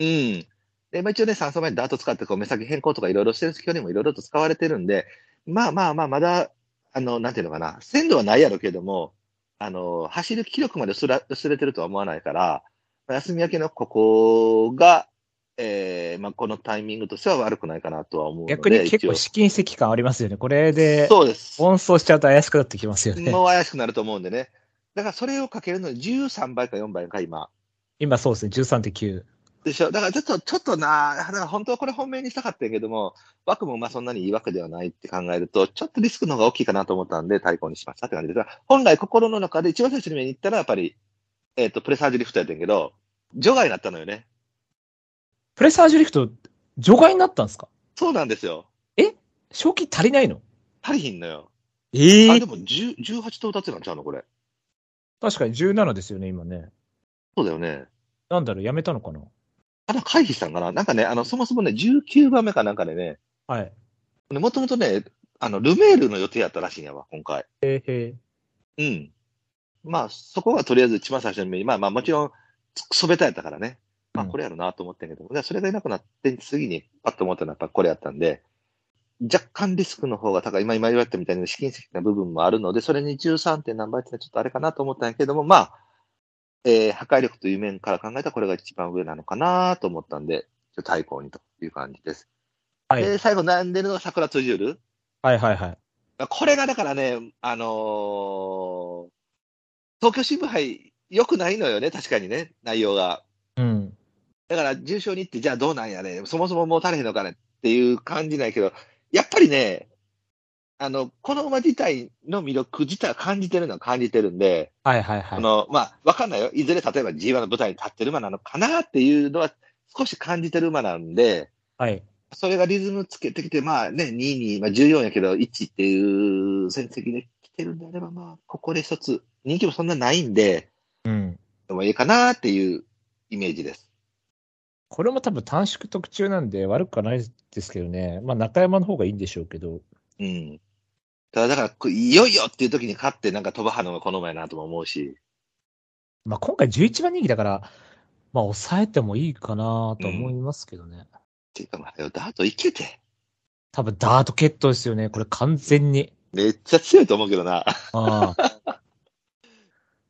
うん。で、まあ、一応ね、3層目にダート使って、こう、目先変更とかいろいろしてる距離もいろいろと使われてるんで、まあまあまあ、まだ、あの、なんていうのかな、鮮度はないやろうけども、あの、走る気力まで薄ら薄れてるとは思わないから、まあ休み明けのここが、えー、まあ、このタイミングとしては悪くないかなとは思うので、
逆に結構
一
試金石感ありますよね。これ
応
で、
そうです。
奔走しちゃうと怪しくなってきますよね。
もう怪しくなると思うんでね。だからそれをかけるのに13倍か4倍か、今。
今そうですね、13.9。
でしょ。だからちょっと、ちょっとな、だから本当はこれ本命にしたかったんやけども、枠もまあそんなにいい枠ではないって考えると、ちょっとリスクの方が大きいかなと思ったんで、対抗にしましたって感じです。だから本来心の中で一番最初に目に行ったら、やっぱり、えっ、と、プレサージリフトやったんやけど、除外になったのよね。
プレサージュリフト、除外になったんですか
そうなんですよ。
賞金足りないの
足りひんのよ。
え
あ、でも10 18到達なんちゃうのこれ。
確かに17ですよね、今ね。
そうだよね。
なんだろう、やめたのかな
あの、回避したんかななんかね、あの、そもそもね、19番目かなんかでね、
はい。
もともとね、あの、ルメールの予定やったらしいんやわ、今回。
えーへ
うん。まあ、そこがとりあえず一番最初に、まあまあもちろん、くそべたやったからね。まあ
うん
これやろなと思ったんやけど、じゃあそれがいなくなって、次にパッと思ったのはやっぱこれやったんで、若干リスクの方が高い。今、今言われたみたいに試金石な部分もあるので、それに 13. 点何倍ってのはちょっとあれかなと思ったんやけども、まあ、えー破壊力という面から考えたらこれが一番上なのかなと思ったんで、ちょっと対抗にという感じです。
はい
で、最後悩んでるのが桜ツジュール。
はいはいはい。
まあこれがだからね、あのー東京新聞杯、良くないのよね、確かにね、内容が。
うん。
だから、重症に行って、じゃあどうなんやね、そもそももう足りへんのかねっていう感じないけど、やっぱりね、あの、この馬自体の魅力自体は感じてるのは感じてるんで、
はいはいは
あ
い。
の、まあ、わかんないよ。いずれ例えば G1 の舞台に立ってる馬なのかなっていうのは少し感じてる馬なんで、
はい。
それがリズムつけてきて、まあね、2位に、まあ、14やけど、1っていう戦績で来てるんであれば、まあ、ここで一つ、人気もそんなないんで、
うん。
でもいいかなっていうイメージです。
これも多分短縮特注なんで悪くはないですけどね。まあ中山の方がいいんでしょうけど。
うん。ただ、だからこう、いよいよっていう時に勝って、なんか飛ばはのがこの前なとも思うし、
まあ今回11番人気だから、まあ抑えてもいいかなとは思いますけどね。
ていうか、まあ、ダートいけて、
多分ダート決闘ですよね。これ完全に。
めっちゃ強いと思うけどな。
ああ。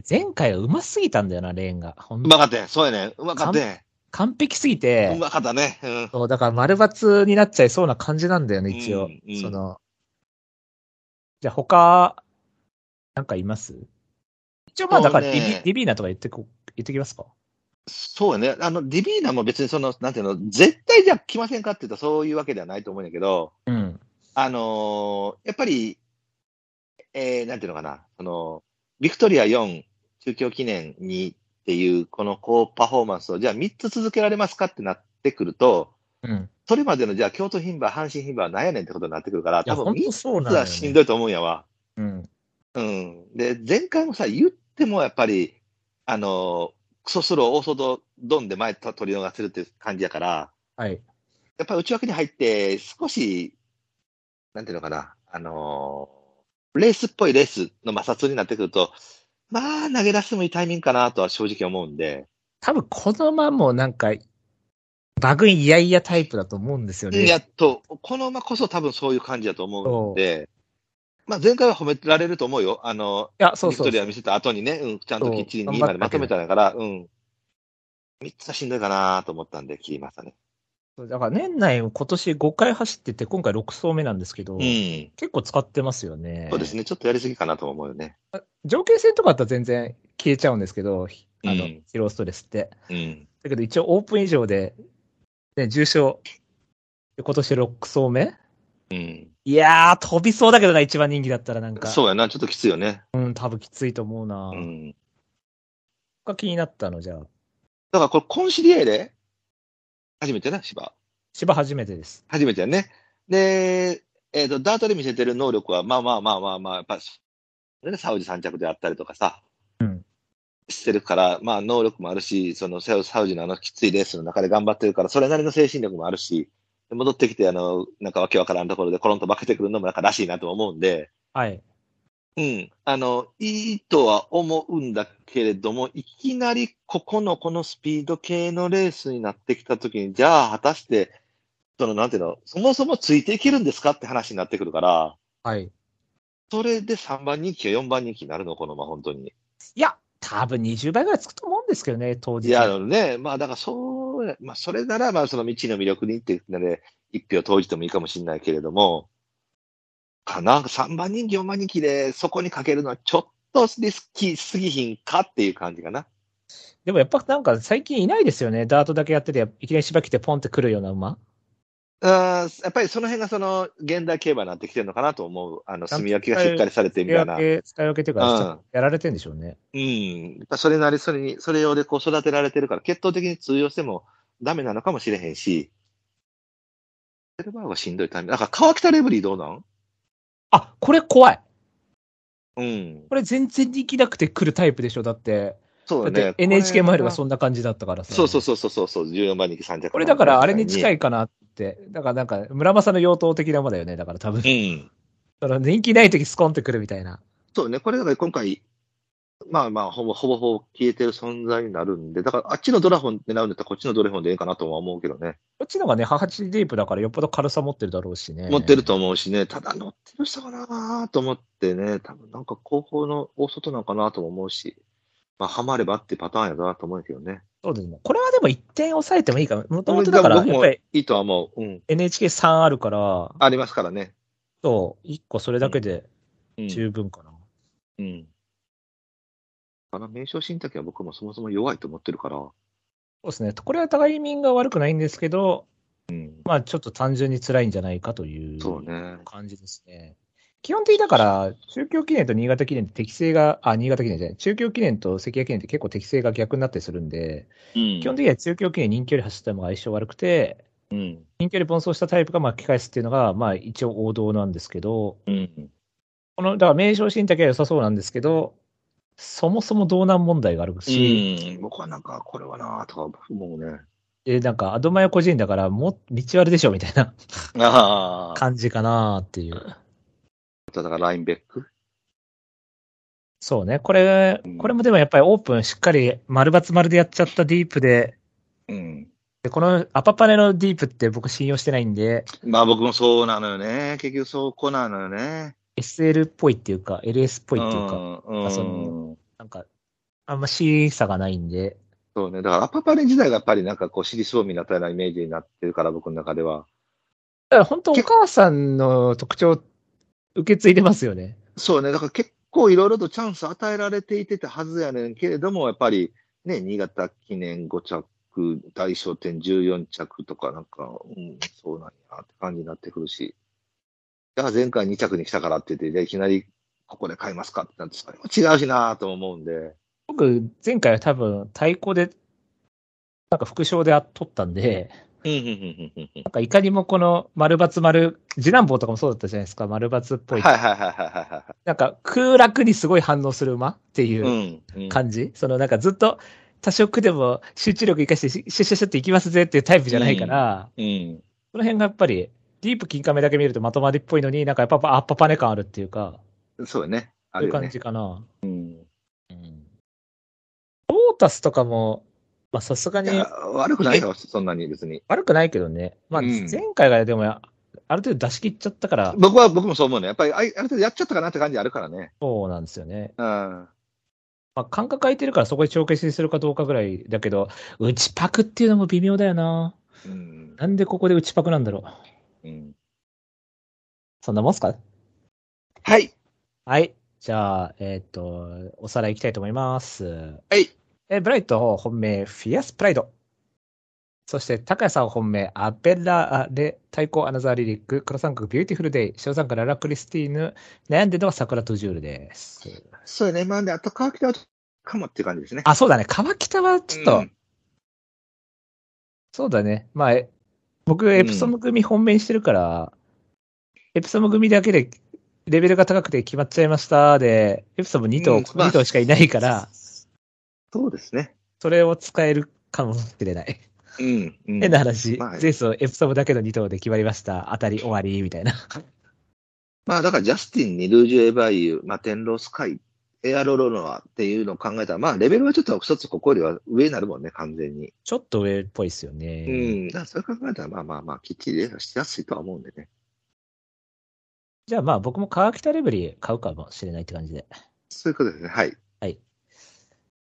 前回はうますぎたんだよな、レーンが。ほん
うまかったね。そうやね。うまかったね。
完璧すぎ
う
て、
まかったね。うん。
そうだから丸抜になっちゃいそうな感じなんだよね、一応。
うんうん
その、じゃあ他、なんかいます一応まあだから
そう
デ
ね
ィビ,、ディビーナとか言ってこ、言ってきますか
そうやね。あの、ディビーナも別にその、なんていうの、絶対じゃあ来ませんかって言ったらそういうわけではないと思うんだけど、
うん。
あのーやっぱり、えーなんていうのかな、その、ビクトリア4、中京記念2っていう、この高パフォーマンスを、じゃあ3つ続けられますかってなってくると、
うん。
それまでの、じゃあ京都牝馬、阪神牝馬は何やねんってことになってくるから、
いや、
多
ほ
分
んと
3
そう
つ
なんだよ、
は
ね。
しんどいと思うんやわ。
うん。
うん。で、前回もさ、言ってもやっぱり、あのクソスロー、オーソド、ドンで前と取り逃せるっていう感じだから、
はい。
やっぱり内枠に入って、少し、なんていうのかな、あのーレースっぽいレースの摩擦になってくると、まあ、投げ出してもいいタイミングかなとは正直思うんで、
多分このまもなんか、バグイヤイヤタイプだと思うんですよね。
やっと、この馬こそ多分そういう感じだと思うんで、まあ、前回は褒められると思うよ。あの、
いやそう
ビク
そ
ト
う
リア見せた後にね、うん、ちゃんときっちり
そう
2位までまとめたんだから、うん。3つはしんどいかなと思ったんで、切りましたね。
そうだから年内今年5回走ってて、今回6走目なんですけど、
うん。
結構使ってますよね。
そうですね。ちょっとやりすぎかなとも思うよね。
条件戦とかだったら全然消えちゃうんですけど、ひあの、
うん
疲労ストレスって。
うん。
だけど一応オープン以上で、ね、重賞、で今年6走目
うん。
いやー、飛びそうだけどな、一番人気だったらなんか。
そうやな。ちょっときついよね。
うん、多分きついと思うな。
うん。
他気になったの、じゃあ。
だからこれ、コンシリエーレ初めてな、芝。
芝初めてです。
初めてやね。で、えっ、と、ダートで見せてる能力は、まあまあまあまあまあ、やっぱ、ね、サウジ三着であったりとかさ、
うん
してるから、まあ能力もあるし、そのサウサウジのあのきついレースの中で頑張ってるから、それなりの精神力もあるし、で戻ってきて、あの、なんかわけわからんところでコロンと化けてくるのもなんからしいなと思うんで、
はい。
うん、あの、いいとは思うんだけれども、いきなりここのこのスピード系のレースになってきたときに、じゃあ果たして、その、なんていうの、そもそもついていけるんですかって話になってくるから、
はい。
それで3番人気や4番人気になるの、この馬、本当に。
いや、多分20倍ぐらいつくと思うんですけどね、当日。
いや、あのね、まあだからそうや、まあそれなら、まあその未知の魅力にっていうので、一票投じてもいいかもしれないけれども、かな、3番人気、4番人気で、そこにかけるのはちょっとリスキーすぎひんかっていう感じかな。
でもやっぱなんか最近いないですよね。ダートだけやってて、いきなり芝来てポンって来るような馬。
あーやっぱりその辺がその現代競馬になってきてるのかなと思う。あの、
ちゃんと
炭焼きがしっかりされてみたいな。うん。や
け、使い分けっていうか、
うん
ちゃんとやられてんでしょうね。
っぱそれなり、それに、それ用でこう育てられてるから、血統的に通用してもダメなのかもしれへんし。セルバーがしんどいタイミング。なんか川北レブリーどうなん
あ、これ怖い。
うん。
これ全然人気なくて来るタイプでしょ。だって、
そう
だ
だ
っ
ね
て。NHK マイルがそ
うん
な感じだったからさ。
そうそうそうそうそうそう、14番人気3着。
これだからあれに近
い。
いかなって。だからなんか、村正の用途的な馬だよね。だから多分
う。ん。
その人気ない時スコンってくるみたいな。
そうね、これだから今回、まあまあ、ほぼほぼほぼ消えてる存在になるんで、だからあっちのドラゴン狙うんだったらこっちのドラゴンでいいかなとは思うけどね。
こっちのがね、ハハチディープだからよっぽど軽さ持ってるだろうしね。
持ってると思うしね、ただ乗ってる人かなと思ってね、多分なんか後方の大外なのかなとも思うし、まあ、ハマればってパターンやなと思うけどね。
そうですね。これはでも1点抑えてもいいかも。もともとだから、や
僕
っ
も
ぱり
いいとは思う。うん。
NHK3 あるから、
ありますからね。
と、1個それだけで
うん。
十分かな。
うん。だから名称信託は僕もそもそも弱いと思ってるから、
そうですね。これは互い意味が悪くないんですけど、
うん。
まあちょっと単純に辛いんじゃないかという
そうね。
感じですね。基本的にだから、中京記念と新潟記念って適性が、あ、新潟記念じゃない、中京記念と関谷記念って結構適性が逆になったりするんで、
うん
基本的には中京記念人気より走ったのが相性悪くて、
うん。
人気より奔走したタイプが巻き返すっていうのが、まあ一応王道なんですけど、
うん。
この、だから名称新だけは良さそうなんですけど、そもそも道難問題がある
う
し、
ん。僕はなんか、これはなとか思うね。
えなんか、アドマヤ個人だから、もう、道悪でしょみたいな
ああ。
感じかなっていう。
だからラインベック
そうね。これ
うん、
これもでもやっぱりオープンしっかり丸×丸でやっちゃったディープで、
うん。
でこのアパパネのディープって僕信用してないんで、
まあ僕もそうなのよね。結局そうこなのよね。
SL っぽいっていうか、LS っぽいっていうか、
うん
あそ
うん
のなんか、あんま C 差がないんで、
そうね。だからアパパレ自体がやっぱりなんかこう、尻すぼみなったようなイメージになってるから、僕の中では。
だから本当お母さんの特徴、受け継いでますよね。
そうね。だから結構いろいろとチャンス与えられていてたはずやねんけれども、やっぱりね、新潟記念5着、大賞典14着とかなんか、うん、そうなんやって感じになってくるし。だから前回2着に来たからって言って、じゃあいきなりここで買いますかってなって、それも違うしなとも思うんで。
僕、前回は多分、太鼓で、なんか副賞で取ったんで、
うん、うん、うん、うん。
なんかいかにもこの丸×丸、次男坊とかもそうだったじゃないですか、丸×っぽい。
はいはいはいはいは
なんか空楽にすごい反応する馬って
い
いう
はい。うん。
感じ、そのなんかずっと、多少苦でも集中力生かしてシュシュシュシュっていきますぜっていうタイプじゃないから、
うん。
その辺がやっぱり、ディープ金亀だけ見るとまとまりっぽいのに、なんかやっぱあっぱぱね感あるっていうか、
そうだね。あ
そう
る
いう
よ
感
ね
じ。かな。
うん。
ロータスとかも、まあさすが
い
に
や、悪くないよ、そんなに別に。
悪くないけどね。まあ
うん
前回がでも、ある程度出し切っちゃったから、
僕は、僕もそう思うね。やっぱり、あある程度やっちゃったかなって感じあるからね。
そうなんですよね。
うん。
まあ感覚空いてるからそこで帳消しするかどうかぐらいだけど、打ちパクっていうのも微妙だよな。
うん。
なんでここで打ちパクなんだろう。
うん、
そんなもんすか
はい。。
はい。じゃあ、えっ、と、おさらいいきたいと思います。はいえ、ブライト本命、フィアスプライド。そして、高谷さん本命、アベラレ、対抗アナザーリリック、黒三角ビューティフルデイ、小三角ララクリスティーヌ、悩んでるのは桜トゥジュールです。
そうやね。まあ、で、あと川北はかもっていう感じですね。
あ、そうだね。川北はちょっと、
うん
そうだね。まあ、え僕、エプソム組本命してるから、エプソム組だけでレベルが高くて決まっちゃいましたで、エプソム2頭、
うんまあ
2頭しかいないから、
そうですね。
それを使えるかもしれない。
うん。うん
変な話、
まあ
ゼウスをエプソムだけの2頭で決まりました。当たり終わり、みたいな。
まあだからジャスティン、にルージュ・エヴァイユ、まあ、テンロースカイ、エアロロノアっていうのを考えたら、まあレベルはちょっと一つここよりは上になるもんね、完全に。
ちょっと上っぽいっすよね。
うん。だからそれ考えたら、まあまあまあ、きっちりレースしやすいとは思うんでね。
じゃあまあ僕も川北レベル買うかもしれないって感じで。
そういうことですね。はい。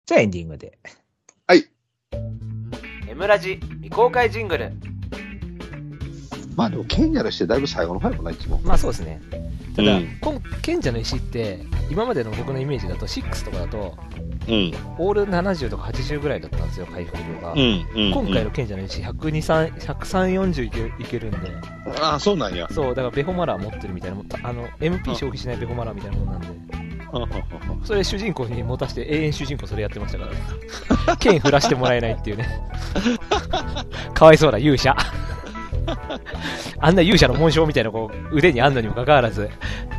じゃあエンディングで。
エムラジ未公開ジングル
まあでも、ケンヤのしてだいぶ最後の方やもんな、いつも。
まあそうですね。ただ、
うん
今賢者の石って、今までの僕のイメージだと、6とかだと、
うん。
オール70とか80ぐらいだったんですよ、回復量が。
ん。
今回の賢者の石、102、3 140いけるいけるんで、
ああ、そうなんや。
そう、だからベホマラー持ってるみたいなもん、あの、MP 消費しないベホマラーみたいなもんなんで、それ主人公に持たせて、永遠主人公それやってましたから、剣振らしてもらえないっていうね。かわいそうだ、勇者。あんな勇者の紋章みたいなこう腕にあんのにもかかわらず、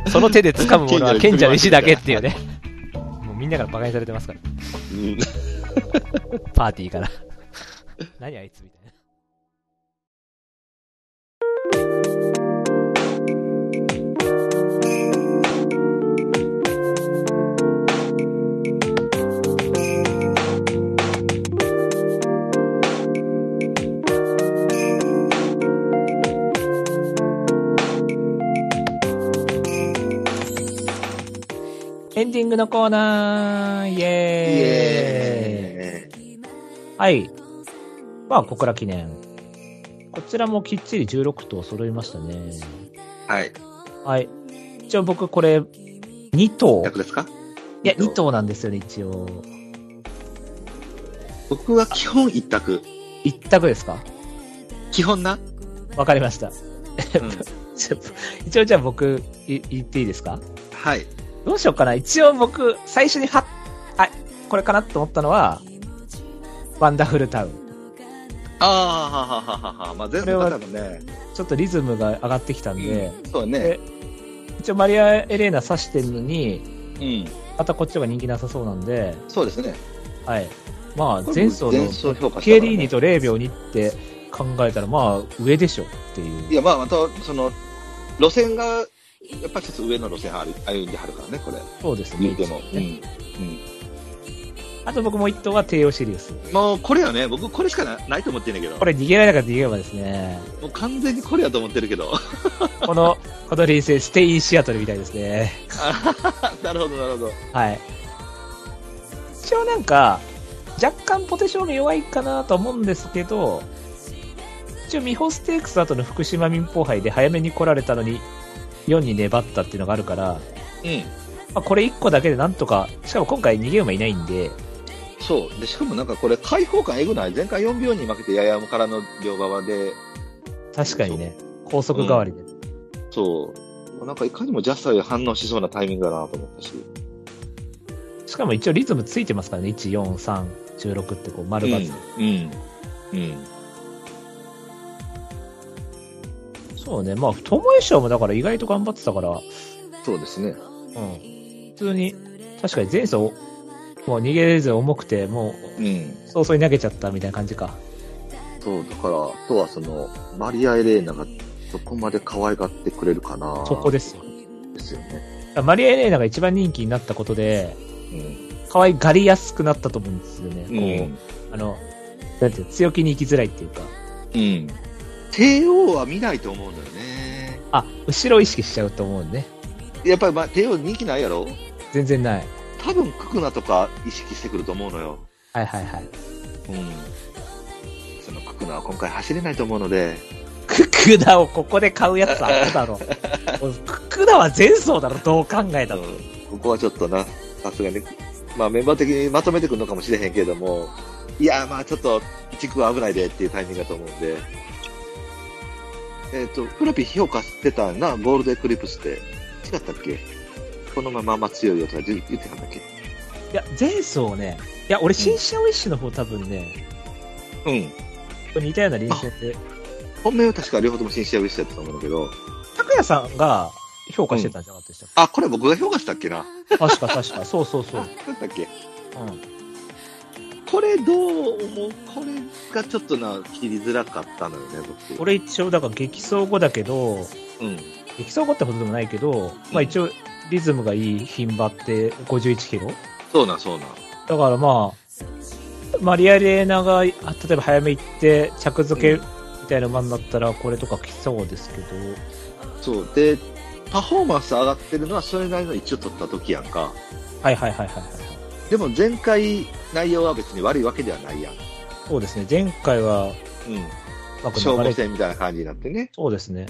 その手で掴むものは賢者の石だけっていうね。もうみんなから馬鹿にされてますから、パーティーから。何あいつみたいな。
エンディングのコーナーイ
イ
エーイ
エーイ。
はい。まあ、ここから記念。こちらもきっちり16頭揃いましたね。
はい。
はい。一応僕これ、2頭。
逆ですか
いや、
二頭
2頭なんですよね、一応。
僕は基本一択。
一択ですか
基本な。
わかりました。
うん。
ちょ 一応じゃあ僕、い言っていいですか
はい。
どうしようかな。一応僕、最初にはっ、あ、これかなと思ったのは、ワンダフルタウン。
ああ、ははははは。まあ全部の方もね。
ちょっとリズムが上がってきたんで、
そうね。
一応マリア・エレーナ刺してるのに、
うん。
またこっちの方が人気なさそうなんで、
そうですね。
はい。まあ、
これ
前走
前
の
走評価した
ケ
からね
リーニと0秒2って考えたら、まあ、上でしょっていう。
いや、まあ、また、その、路線が、やっぱちょっと上の路線ある歩んではるからね、これ。
そうです
言
ね。
うても。う
一応ね
ん。
あと僕も1頭は帝王シリウス。
もう、これよね。僕、これしかなないと思ってんだけど。
これ逃げられなかったら逃げればですね、
もう完全にこれやと思ってるけど。
この、この臨戦、ステインシアトルみたいですね。
なるほど、なるほど。
はい。一応なんか、若干ポテションが弱いかなと思うんですけど、一応ミホステークス後の福島民放杯で早めに来られたのに、4に粘ったっていうのがあるから、ま
うん。
あ、これ1個だけでなんとか、しかも今回逃げ馬いないんで、
そう。で、しかもなんかこれ、開放感えぐない前回4秒に負けて、ややむからの両側で、
確かにね、高速代わりで。
そう。なんかいかにもジャスターが反応しそうなタイミングだなと思ったし。
しかも一応リズムついてますからね、1、4、3、16ってこう丸バツ、
うん。うん。
そうね、まあ、巴賞もだから意外と頑張ってたから、
そうですね。
うん、普通に、確かに前走、もう逃げれず重くて、も
うん。
う早々に投げちゃったみたいな感じか。
そう、だから、あとはその、マリア・エレーナがどこまで可愛がってくれるかな。
そこですよ。
ですよね。
マリア・エレーナが一番人気になったことで、
うん。
可愛がりやすくなったと思うんですよね。こ
うん。
う、あの、なんていうの強気に行きづらいっていうか、
うん。帝王は見ないと思うんだよね。
あ、後ろ意識しちゃうと思うんでね。
やっぱり、まあ、帝王人気ないやろ
全然ない。
多分、ククナとか意識してくると思うのよ。
はいはいはい。
うん。そのククナは今回走れないと思うので、
ククダをここで買うやつあった だろ。もうククダは前走だろ、どう考えた
うん
の。
ここはちょっとな、さすがに、まあメンバー的にまとめてくるのかもしれへんけれども、いや、まあちょっと、地区は危ないでっていうタイミングだと思うんで、えっ、と、フラピ評価してたんな、ゴールドエクリプスって。違ったっけこのままあんま強いよとか言言ってたんだっけ
いや、前走ね、いや、俺、新車ウィッシュの方多分ね、
うん。
似たような臨戦で、
本命は確か両方とも新試合ウィッシュだったと思うんだけど、
拓也さんが評価してたんじゃなかったでしたっ
あ、これ僕が評価したっけな。
け、確か確か、そうそうそう。
なんだっけ
うん。
これどう思うこれがちょっとな、切りづらかったのよね、僕。
俺一応、だから激走後だけど、
うん。
激走後ってことでもないけど、まあ一応、リズムがいい牝馬って51キロ
そうなん、そうなん。
だからまあ、マリアレーナが、あ例えば早め行って、着付け
うん
みたいな馬になったら、これとか来そうですけど、
そう。で、パフォーマンス上がってるのはそれなりの一応取った時やんか。
はいはいはいはいはい。
でも前回内容は別に悪いわけではないやん。う
そうですね、前回は、
ん。
うまく
消
流
防
れて、
戦みたいな感じになってね。
そうですね。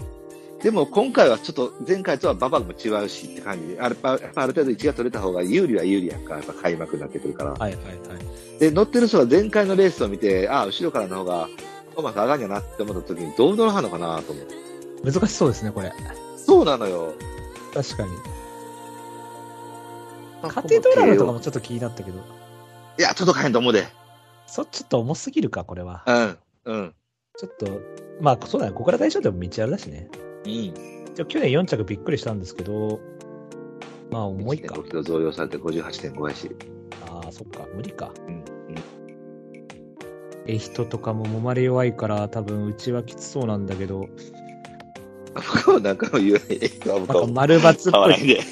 でも今回はちょっと前回とはババも違うしって感じで、あれある程度1が取れた方が有利は有利やんか。やっぱ開幕になってくるから。
はいはいはい。
で、乗ってる人が前回のレースを見て、ああ、後ろからの方が、うまく上がんやなって思った時に、どう乗らはんのかなと思って。
難しそうですね、これ。
そうなのよ。
確かに。カテドラルとか
も。
もちょっと気になったけど、
いや、届かへんと思うで。
そちょっと重すぎるか、これは。
うん。うん。
ちょっと、まあそうだね、ここから大賞でも道あるだしね。
うん。
じゃあ去年4着びっくりしたんですけど、まあ重いか
1.5。キロ増量されて58.5やし。
ああ、そっか、無理か。
うん。
え、人とかも揉まれ弱いから、多分うちはきつそうなんだけど、
僕もなんかも言えない。なん
なんか
かも
丸×
買
っ
わ
ぽ
ない
い。
で。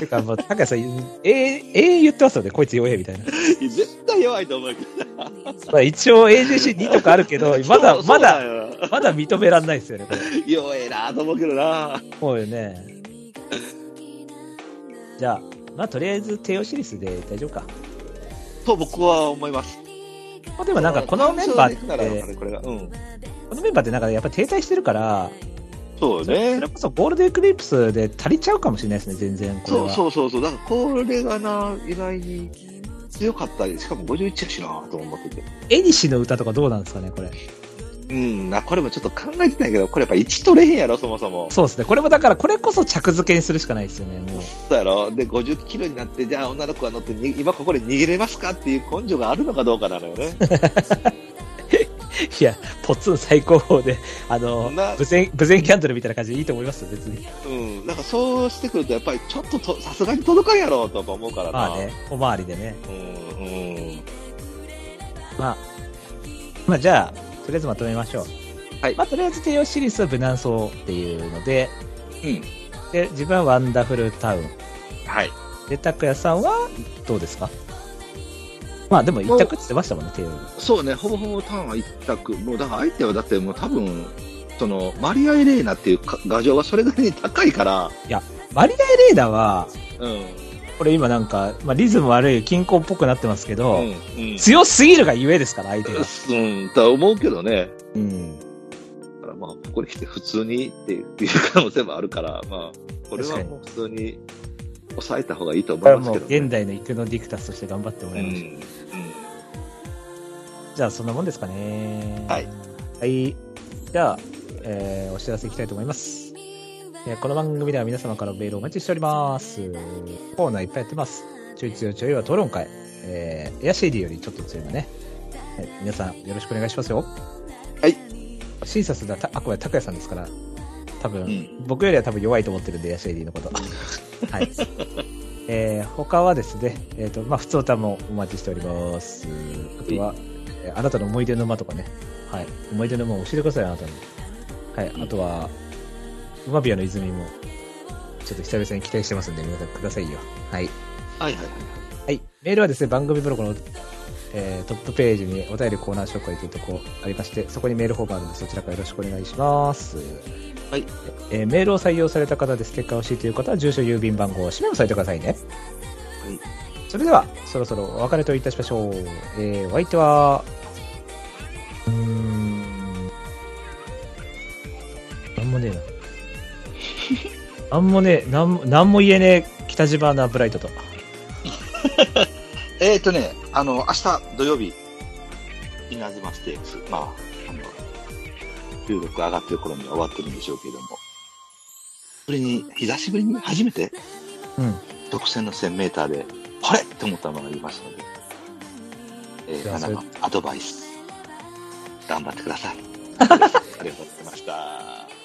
てか、まあ、高橋さん、えー、えー言ってますよね、こいつ弱えみたいな。
絶対弱いと思うけど。
まあ一応 AJC2 とかあるけど、まだ、まだ、
だ。
まだ認めらんないですよね、これ。
弱えなと思うけどな。
そうよね。じゃあ、まあとりあえず帝王シリーズで大丈夫か。
と僕は思います。
まあでもなんかこのメンバー
単勝でいくな
っ
ら
て、
これが。うん。
このメンバーってなんかやっぱ停滞してるから、
そうよ
それ
ね
こ。そゴールデンエクリプスで足りちゃうかもしれないですね、全然これ
そう
は。
そうそうそう。だからこれがな、意外に強かったり、しかも51やしなと思ってて。
エニシの歌とかどうなんですかね、これ。
うん、な、これもちょっと考えてないけど、これやっぱ1取れへんやろ、そもそも。
そうですね。これもだから、これこそ着付けにするしかないですよね、 もう。
そうやろ。で、50キロになって、じゃあ女の子が乗ってに、今ここで逃げれますかっていう根性があるのかどうかなのよ ね。
いや、ポツン最高峰で、あの
な、
無線、無線キャンドルみたいな感じでいいと思いますよ、別に。
うん。なんかそうしてくると、やっぱりちょっとと、さすがに届かんやろ、とか思うからな。
まあね。、おまわりでね。
うん、うん。
まあ、まあじゃあ、とりあえずまとめましょう。
はい
まあとりあえず帝王シリーズは無難そうっていうので、
うん。
で、自分はワンダフルタウン。
はい。
で、拓也さんはどうですかまあでも一択って言ってましたもんね、帝王。
そうね、ほぼほぼターンは一択。もう、だから相手はだってもう多分、その、マリア・エレーナっていうか牙城はそれなりに高いから、
マリア・エレーダは、
うん。
これ今なんか、まあリズム悪い、均衡っぽくなってますけど、
うん。うん。
強すぎるがゆえですから、相手が。
うん、とは思うけどね。
うん。
だからまあ、ここに来て普通にっていう可能性もあるから、まあ、これはもう普通に抑えた方がいいと
これ
思い
は
ます
も
け
う
ど、
現代のイクノディクタスとして頑張っても
う
らいましょう。
ん。
じゃあそんなもんですかね。
はい。
はい。じゃあ、えーお知らせいきたいと思います。えーこの番組では皆様からメールをお待ちしております。コーナーいっぱいやってます。ちょい強いちょいは討論会。えーエアシーディよりちょっと強いのね。はい皆さんよろしくお願いしますよ。
はい。
審査するのはたあくまで拓也さんですから、多分、
うん
僕よりは多分弱いと思ってるんで、エアシェイディのこと。はい。えー他はですね、えっ、と、まあ、普通歌もお待ちしております。あとは、えーあなたの思い出の馬とかね。はい。思い出の馬を教えてください、あなたに。はい。あとは、馬ビアの泉も、ちょっと久々に期待してますんで、皆さんくださいよ。はい。
はいはいはい。
はい。メールはですね、番組ブログの、えートップページにお便りコーナー紹介というとこありまして、そこにメールフォームあるので、そちらからよろしくお願いします。
はい。
えーメールを採用された方でステッカーを欲しいという方は、住所、郵便番号、氏名も添えてくださいね。
はい。
それでは、そろそろお別れといたしましょう。えー、お相手は、うーん、なんもねえな。 なんもねえ、なんもなんも言えねえ、北島なブライトと。
えっ、ー、とね、あの、明日土曜日、稲妻ステークス、まあ、あの、収録上がってる頃には終わってるんでしょうけれども、それに、久しぶりに初めて、
うん。
独占の1000メーターで、これって思ったものがありましたので、え
じ
ー、
ゃあ
花
それ
の アドバイス、頑張ってください。ありがとうございました。